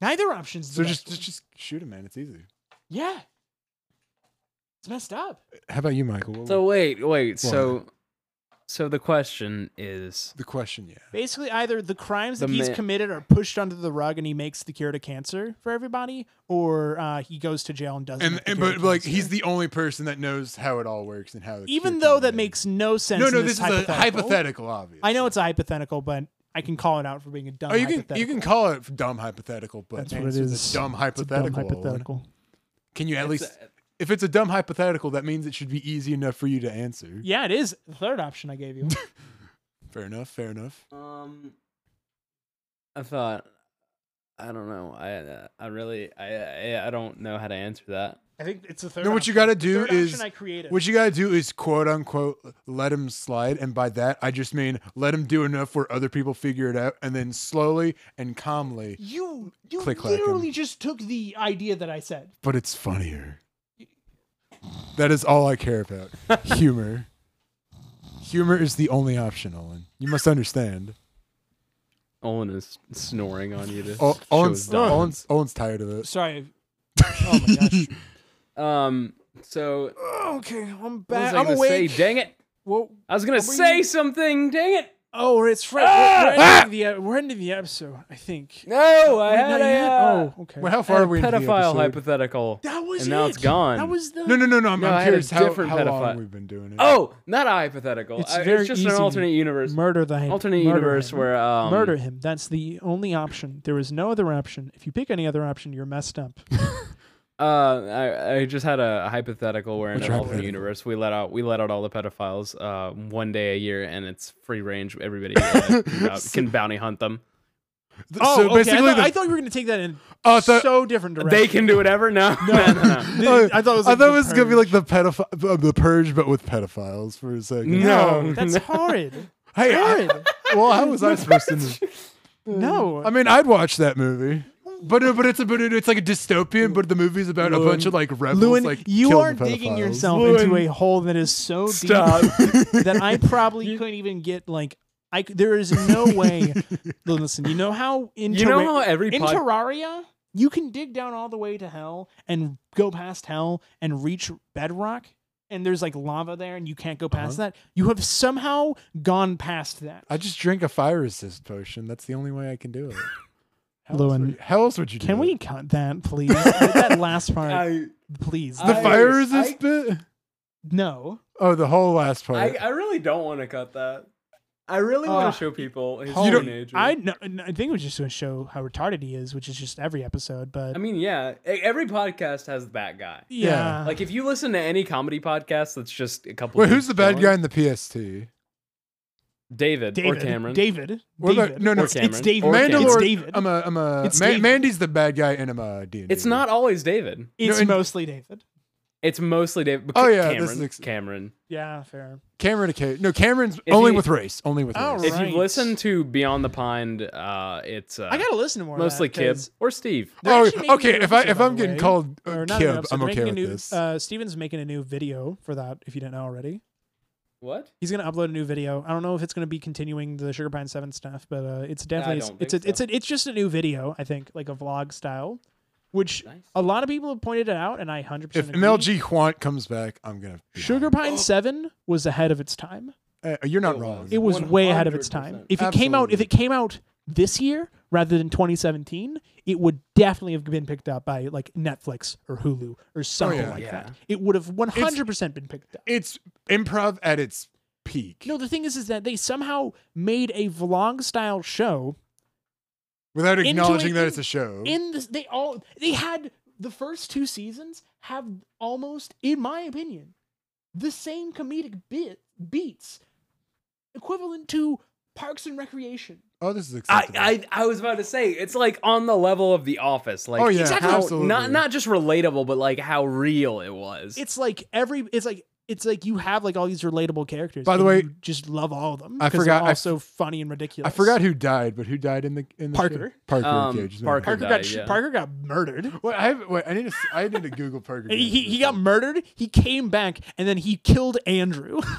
A: Neither option's.
C: so
A: the
C: just,
A: best
C: just just shoot him, man. It's easy.
A: one. yeah. It's messed up.
C: How about you, Michael? What
B: So
C: was
B: wait, wait. So, so the question is,
C: the question, yeah.
A: Basically, either the crimes
B: The
A: that he's
B: ma-
A: committed are pushed under the rug and he makes the cure to cancer for everybody, or uh, he goes to jail and doesn't.
C: And,
A: have the
C: and
A: cure
C: but
A: to
C: like
A: cancer.
C: he's the only person that knows how it all works and how. the
A: Even
C: cure
A: though
C: can be
A: that
C: made.
A: makes no sense.
C: no no
A: in
C: this,
A: this,
C: is a hypothetical, obviously.
A: I know it's a hypothetical, but I can call it out for being a dumb.
C: Oh, you can
A: hypothetical.
C: you can call it dumb hypothetical, but
A: That's what
C: answer
A: it
C: the
A: is.
C: dumb
A: It's a dumb
C: hypothetical. Owen.
A: hypothetical.
C: Can you at
B: It's
C: least, if it's a dumb hypothetical, that means it should be easy enough for you to answer.
A: Yeah, it is the third option I gave you.
C: Fair enough. Fair enough.
B: um, I thought, I don't know. I uh, I really I, I I don't know how to answer that.
A: I think it's the third.
C: No, what you
A: option.
C: gotta
A: The
C: do
A: third
C: is-
A: option I created.
C: What you gotta do is quote unquote let him slide, and by that I just mean let him do enough where other people figure it out, and then slowly and calmly.
A: you you
C: Click clack 'em.
A: literally just took the idea that I said.
C: But it's funnier. That is all I care about. Humor. Humor is the only option, Owen. You must understand.
B: Olin is snoring on you. To
C: O-
B: show his
C: Owen's,
B: dominance.
C: Owen's, Owen's tired of it.
A: Sorry. Oh my gosh.
B: Um. So
A: Oh, okay, I'm
B: what was
A: back.
B: I
A: Uh, I'm
B: gonna say?
A: awake.
B: Dang it!
A: Well,
B: I was gonna
A: What were
B: say
A: you-
B: something. Dang it!
A: Oh, we're- it's right.
C: Ah!
A: We're, we're, ending the, uh, we're ending the episode, I think.
E: No, I
A: Wait,
E: had
A: not
E: a.
A: yet?
E: Uh,
A: oh, okay.
C: Well, how far are we into the
B: pedophile
C: episode?
B: hypothetical.
A: that was
B: and now
A: it.
B: it's gone.
A: That was the.
C: No, no, no, no. I'm,
B: No, I
C: I'm
B: had a
C: curious how,
B: different
C: how
B: pedophile.
C: long we've been doing it.
B: Oh, not a hypothetical.
A: It's
B: I-
A: very
B: just
A: easy.
B: an alternate universe.
A: Murder the hand.
B: alternate
A: murder
B: universe
A: him.
B: where um,
A: murder him. That's the only option. There is no other option. If you pick any other option, you're messed up.
B: Uh, I, I just had a hypothetical where in
C: Which
B: an alternate
C: hypothetical?
B: universe we let out we let out all the pedophiles uh, one day a year and it's free range. Everybody uh, can bounty- can bounty hunt them.
C: Th-
A: Oh,
C: so
A: okay.
C: basically,
A: I, thought,
C: the,
A: I thought you were going to take that in
C: Oh, I thought-
A: so different direction.
B: They can do whatever. No, no, no, no.
A: Th- I thought it was.
C: I
A: like
C: thought
A: the
C: it was gonna be
A: purge.
C: like the pedophile, uh, the purge, but with pedophiles for a second.
B: No.
A: No, that's horrid.
C: Hey, I,
A: Horrid.
C: well, how was I supposed to? know?
A: No.
C: I mean, I'd watch that movie, but uh, but it's a but it- it's like a dystopian. But the movie's about a bunch of like rebels.
A: Lewin,
C: like
A: you
C: killing
A: are digging
C: pedophiles.
A: yourself into a hole that is so deep that I probably couldn't even get like. I c- there is no way. Listen, you know how in
B: You know
A: Terra-
B: how every
A: in
B: pod-
A: Terraria you can dig down all the way to hell and go past hell and reach bedrock, and there's like lava there, and you can't go past
C: Uh-huh.
A: that. You have somehow gone past that.
C: I just drink a fire resist potion. That's the only way I can do it. How else
A: Lewin,
C: would you- how else would you? do
A: Can
C: it?
A: we cut that, please? that last part,
E: I,
A: please.
C: The
E: I-
C: fire
E: I-
C: resist bit.
A: no.
C: Oh, the whole last part.
B: I, I really don't want to cut that.
E: I really
B: I
E: want
B: want to show people his
C: you don't-
B: teenager.
A: I no, no, I think it was just to show how retarded he is, which is just every episode. But
B: I mean, yeah, e- every podcast has that guy.
A: yeah,
B: Like if you listen to any comedy podcast, that's just a couple.
C: Wait,
B: dudes
C: who's the bad
B: chilling.
C: guy in the PST?
B: David,
A: David,
B: or Cameron.
A: David,
C: What about-
A: David.
C: no, no,
B: Or
A: it's, it's
B: Cameron.
A: David.
B: Or
C: Mandalore. um,
B: Cameron.
A: It's David.
C: I'm a, I'm a.
A: It's
C: Ma-
A: David.
C: Mandy's the bad guy in a D.
B: It's not always David.
A: it's
C: and-
A: mostly David.
B: It's mostly David.
C: Oh, yeah, this
B: Cameron.
C: is ex-
B: Cameron.
A: Yeah, fair.
C: Cameron. Okay, no, Cameron's only
B: you-
C: with race. Only with
A: Oh,
C: race.
B: If
A: Right.
B: you've listened to Beyond the Pine, uh, it's uh,
A: I gotta listen to more. of
B: mostly
A: that, 'cause
B: kids or Steve.
A: they're
C: Oh,
A: actually making
C: okay,
A: a new
C: if I-
A: episode,
C: if
A: by
C: I'm
A: the
C: getting
A: way.
C: called a
A: Or not
C: kid,
A: an episode,
C: I'm
A: they're
C: okay
A: making a new,
C: with this.
A: Uh, Steven's making a new video for that. If you didn't know already,
B: What?
A: he's gonna upload a new video. I don't know if it's gonna be continuing the Sugar Pine Seven stuff, but uh, it's definitely
B: don't
A: it's a,
B: think
A: it's a, it's just a new video. I think like a vlog style, which
B: Nice.
A: a lot of people have pointed it out, and I hundred
C: If
A: percent.
C: MLG Quant comes back, I'm gonna. be
A: Sugar Pine Seven was ahead of its time.
C: Uh, you're not
B: Oh, wow.
C: wrong.
A: It was way ahead of its time.
B: 100%.
A: If it came out, if
C: Absolutely.
A: it came out this year rather than 2017, it would definitely have been picked up by like Netflix or Hulu or something
C: yeah.
A: like that.
B: Yeah.
A: It would have 100 percent been picked up.
C: it's improv at its peak.
A: No, the thing is, is that they somehow made a vlog style show
C: without
A: into
C: acknowledging
A: it
C: that
A: in-
C: it's a show.
A: in this they all they had the first two seasons have almost in my opinion the same comedic bit beats equivalent to parks and recreation
C: oh, this is
B: I,
C: acceptable.
B: I I was about to say it's like on the level of The Office. Like
C: Oh, yeah,
B: exactly.
C: absolutely.
B: not not just relatable, but like how real it was.
A: it's like every it's like it's like you have like all these relatable characters
C: By the
A: and
C: way,
A: you just love all of them
C: I
A: 'cause they're
C: forgot- I
A: all
C: f-
A: so funny and ridiculous
C: I forgot who died, but who died in the in the show?
A: Parker.
C: Parker.
B: Um,
C: okay, just-
B: Parker.
A: parker
B: died,
A: got sh
B: yeah.
A: parker got murdered
C: Wait, I have, wait, I need to s- I need to Google Parker.
A: he, he,
C: Jackson.
A: he got murdered he came back and then he killed andrew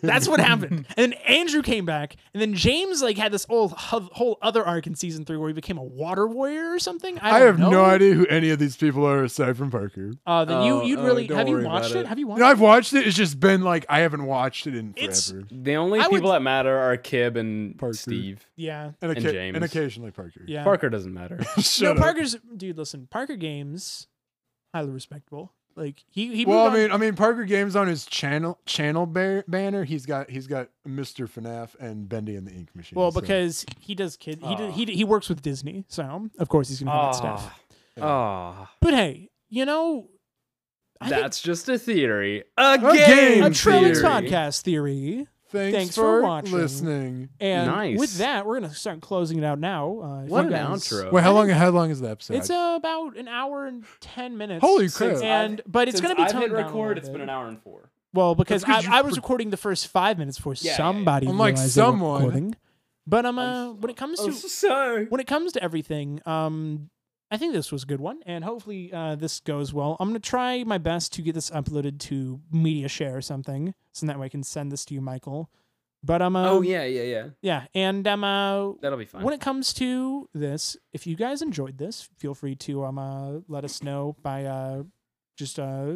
A: That's what happened. And then Andrew came back, and then James like had this whole whole other arc in season three where he became a water warrior or something. I,
C: I
A: don't
C: have
A: know.
C: no idea who any of these people are aside from Parker.
A: Uh, then
B: Oh,
A: you you'd
B: oh,
A: really
B: don't
A: have you
B: worry about
A: watched it?
B: it.
A: Have you watched?
C: You know, I've watched it. It's just been like I haven't watched it in forever.
A: It's-
B: the only
A: I would-
B: people that matter are Kib and
C: Parker.
B: Steve.
A: Yeah,
C: and,
B: and
C: occa-
B: James.
C: and occasionally Parker.
A: yeah.
B: Parker doesn't matter.
A: no,
C: Shut up.
A: Parker's dude. Listen, Parker Games, highly respectable. Like he he.
C: Well,
A: moved on-
C: I mean, I mean, Parker Games on his channel channel ba- banner. He's got he's got Mr. FNAF and Bendy and the Ink Machine.
A: well,
C: so- Ah.
A: because he does kid. He did,
B: Aw.
A: he he works with Disney, so of course he's gonna do that stuff.
B: Oh, oh,
A: But hey, you know, I think
B: that's just a theory. A
C: game
B: game
A: a Trellix
B: theory.
A: podcast theory.
C: thanks,
A: thanks for
C: for,
A: watching.
C: listening.
A: And
B: Nice.
A: with that, we're gonna start closing it out now. Uh, if
B: What
A: you
B: an
A: guys-
B: outro.
C: Wait, how long how long is the episode?
A: It's uh, about an hour and ten minutes.
C: Holy crap!
A: Yeah. And- but it's
B: Since
A: gonna be
B: I've
A: toned
B: hit
A: down a
B: record.
A: little
B: It's
A: bit.
B: been an hour and four.
A: Well, because I,
C: 'cause you
A: I was
C: pro-
A: recording the first five minutes before
B: Yeah, yeah, yeah.
A: somebody
C: I'm like,
A: realized they weren't
C: someone-
A: recording. But um, uh, when it comes to
B: sorry.
A: when it comes to everything, um, I think this was a good one, and hopefully uh, this goes well. I'm gonna try my best to get this uploaded to Media Share or something, so that way I can send this to you, Michael. But um, uh,
B: Oh yeah, yeah, yeah.
A: yeah, and um, uh,
B: That'll be fine.
A: When it comes to this, if you guys enjoyed this, feel free to um uh, let us know by uh just uh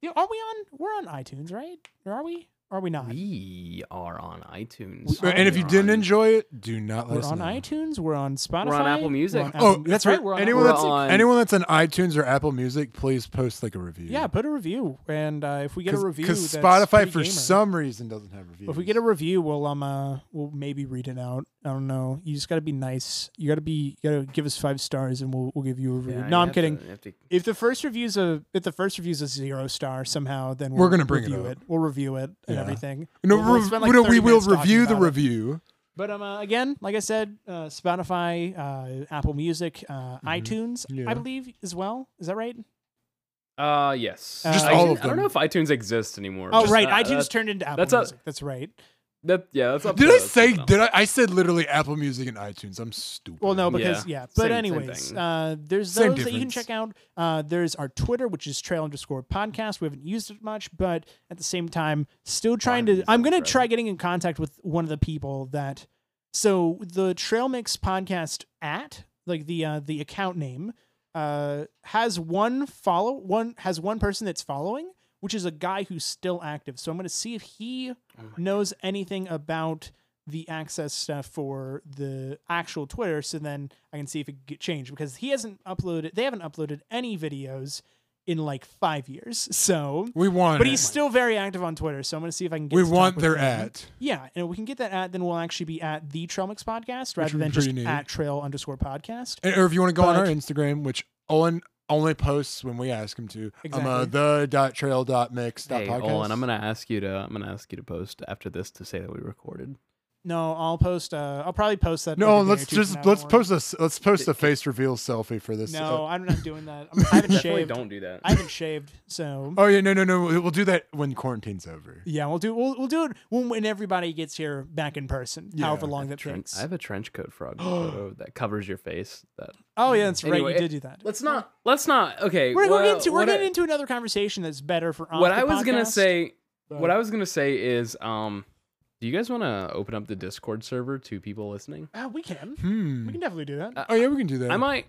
A: you know, are we on we're on iTunes, right? Or are we? Are we not?
B: We are on iTunes.
A: We are.
C: and if you
B: We're
C: didn't
B: on-
C: enjoy it, do not
A: We're
C: listen.
A: on iTunes. We're on Spotify.
B: Apple Music.
A: we're on
C: Oh,
A: Apple-
C: that's right. We're on anyone
B: Apple
C: that's
B: Music.
C: anyone that's on iTunes or Apple Music, please post like a review.
A: Yeah, put a review, and uh, if we get a review,
C: because
A: that's
C: Spotify
A: pretty
C: for
A: gamer.
C: some reason doesn't have reviews.
A: If we get a review, we'll um uh, we'll maybe read it out. I don't know. You just gotta be nice. You gotta be you gotta give us five stars, and we'll we'll give you a review.
B: Yeah, you
A: no, I'm
B: have
A: kidding.
B: to- you have to-
A: If the first review's a if the first review's a zero star somehow, then we'll
C: We're gonna bring it
A: review
C: up.
A: We'll review it and
C: Yeah.
A: everything.
C: no,
A: We'll- we'll
C: re-
A: spend, like,
C: no, we
A: 30
C: will
A: minutes talking
C: review the
A: about it.
C: review.
A: But um, uh, again, like I said, uh, Spotify, uh, Apple Music, uh, iTunes,
C: Mm-hmm. Yeah.
A: I believe as well. Is that right?
B: Uh, yes.
A: Just
B: I,
C: all of
B: I don't
C: them.
B: know if iTunes exists anymore.
A: Oh,
B: but
A: right.
B: that-
A: iTunes
B: That,
A: turned into Apple
B: uh, that's a-
A: Music. that's right.
B: that, yeah, that's up
C: Did
B: to
C: I
B: us
C: say?
B: now.
C: Did I? I said literally Apple Music and iTunes. I'm stupid.
A: Well, no, because yeah.
B: Yeah.
A: But
B: Same- same
A: anyways,
B: thing.
A: uh, there's
C: Same
A: those that you can
C: difference.
A: check out. Uh, there's our Twitter, which is trail underscore podcast. We haven't used it much, but at the same time, still trying to. I'm gonna try getting in contact with one of the people that. So the Trail Mix podcast at like the uh, the account name uh, has one follow one has one person that's following, which is a guy who's still active. So I'm gonna see if
B: Oh
A: he knows anything about the access stuff for the actual Twitter, so then I can see if it get changed because he hasn't uploaded. They haven't uploaded any videos in like five years. So,
C: we want.
A: but
C: it.
A: he's still very active on Twitter. So I'm gonna see if I can. get
C: We
A: to talk
C: want
A: with
C: their
A: him.
C: at.
A: Yeah, and if we can get that at, then we'll actually be at the Trail Mix podcast rather
C: would
A: than
C: be
A: just
C: pretty neat.
A: at Trail underscore podcast.
C: And- or if you want to go on our
A: But-
C: Instagram, which Owen only posts when we ask him to. I'm uh,
A: Exactly.
C: the dot trail dot mix dot
B: Hey,
C: podcast.
B: Olin, I'm gonna ask you to. I'm gonna ask you to post after this to say that we recorded.
A: No, I'll post. Uh, I'll probably post that.
C: No,
A: like, a day or
C: let's
A: two from
C: just
A: now,
C: let's
A: don't worry.
C: post a s- let's post a face reveal selfie for this.
A: No,
C: uh,
A: I'm not doing that. I'm, I haven't
B: Definitely
A: shaved.
B: don't do that.
A: I haven't shaved, so
C: oh yeah, no, no, no. We'll do that when quarantine's over.
A: Yeah, we'll do we'll we'll do it when, when everybody gets here back in person,
C: Yeah.
A: however long that
B: Tren-
A: takes.
B: I have a trench coat frog photo that covers your face. That
A: oh yeah, that's right.
B: Anyway,
A: you did do that.
B: let's not. Let's not. Okay,
A: We're, we're
B: well,
A: getting into, we're
B: what I-
A: getting into another conversation that's better for off
B: what
A: the
B: I was gonna
A: podcast.
B: say, what
C: Uh,
B: I was gonna say is, um, do you guys want to open up the Discord server to people listening?
A: Uh, we can
C: Hmm.
A: we can definitely do that.
B: Uh,
C: Oh yeah, we can do that.
B: I might. uh,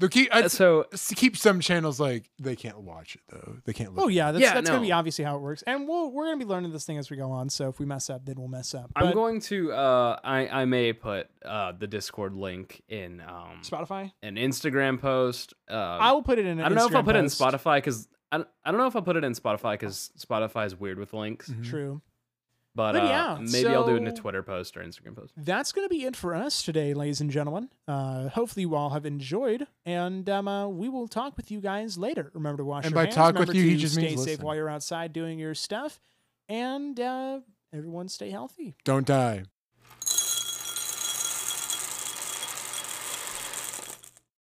C: They'll keep I'd
B: So
C: s- keep some channels like they can't watch it though. They can't. Look
A: oh
C: at
A: yeah, that's
B: Yeah,
A: that's gonna be
B: no.
A: obviously how it works, and we'll we're gonna be learning this thing as we go on. So if we mess up, then we'll mess up.
B: I'm
A: But
B: going to. Uh, I I may put uh the Discord link in um
A: Spotify.
B: an Instagram post. Uh,
A: I will put it in. an
B: I don't know if I'll
A: Instagram
B: put it in
A: post.
B: Spotify because I, don't- I don't know if I'll put it in Spotify because Spotify is weird with links.
C: Mhm.
A: True.
B: But,
A: Mm-hmm. But
B: uh,
A: yeah,
B: maybe I'll do it in a
A: so-
B: Twitter post or Instagram post.
A: That's gonna be it for us today, ladies and gentlemen. Uh, hopefully you all have enjoyed, and um, uh, we will talk with you guys later. Remember to wash
C: And
A: your
C: by
A: hands.
C: talk
A: Remember
C: with you, he
A: to
C: just
A: stay
C: means
A: safe
C: listen.
A: while you're outside doing your stuff, and uh, everyone stay healthy.
C: Don't die.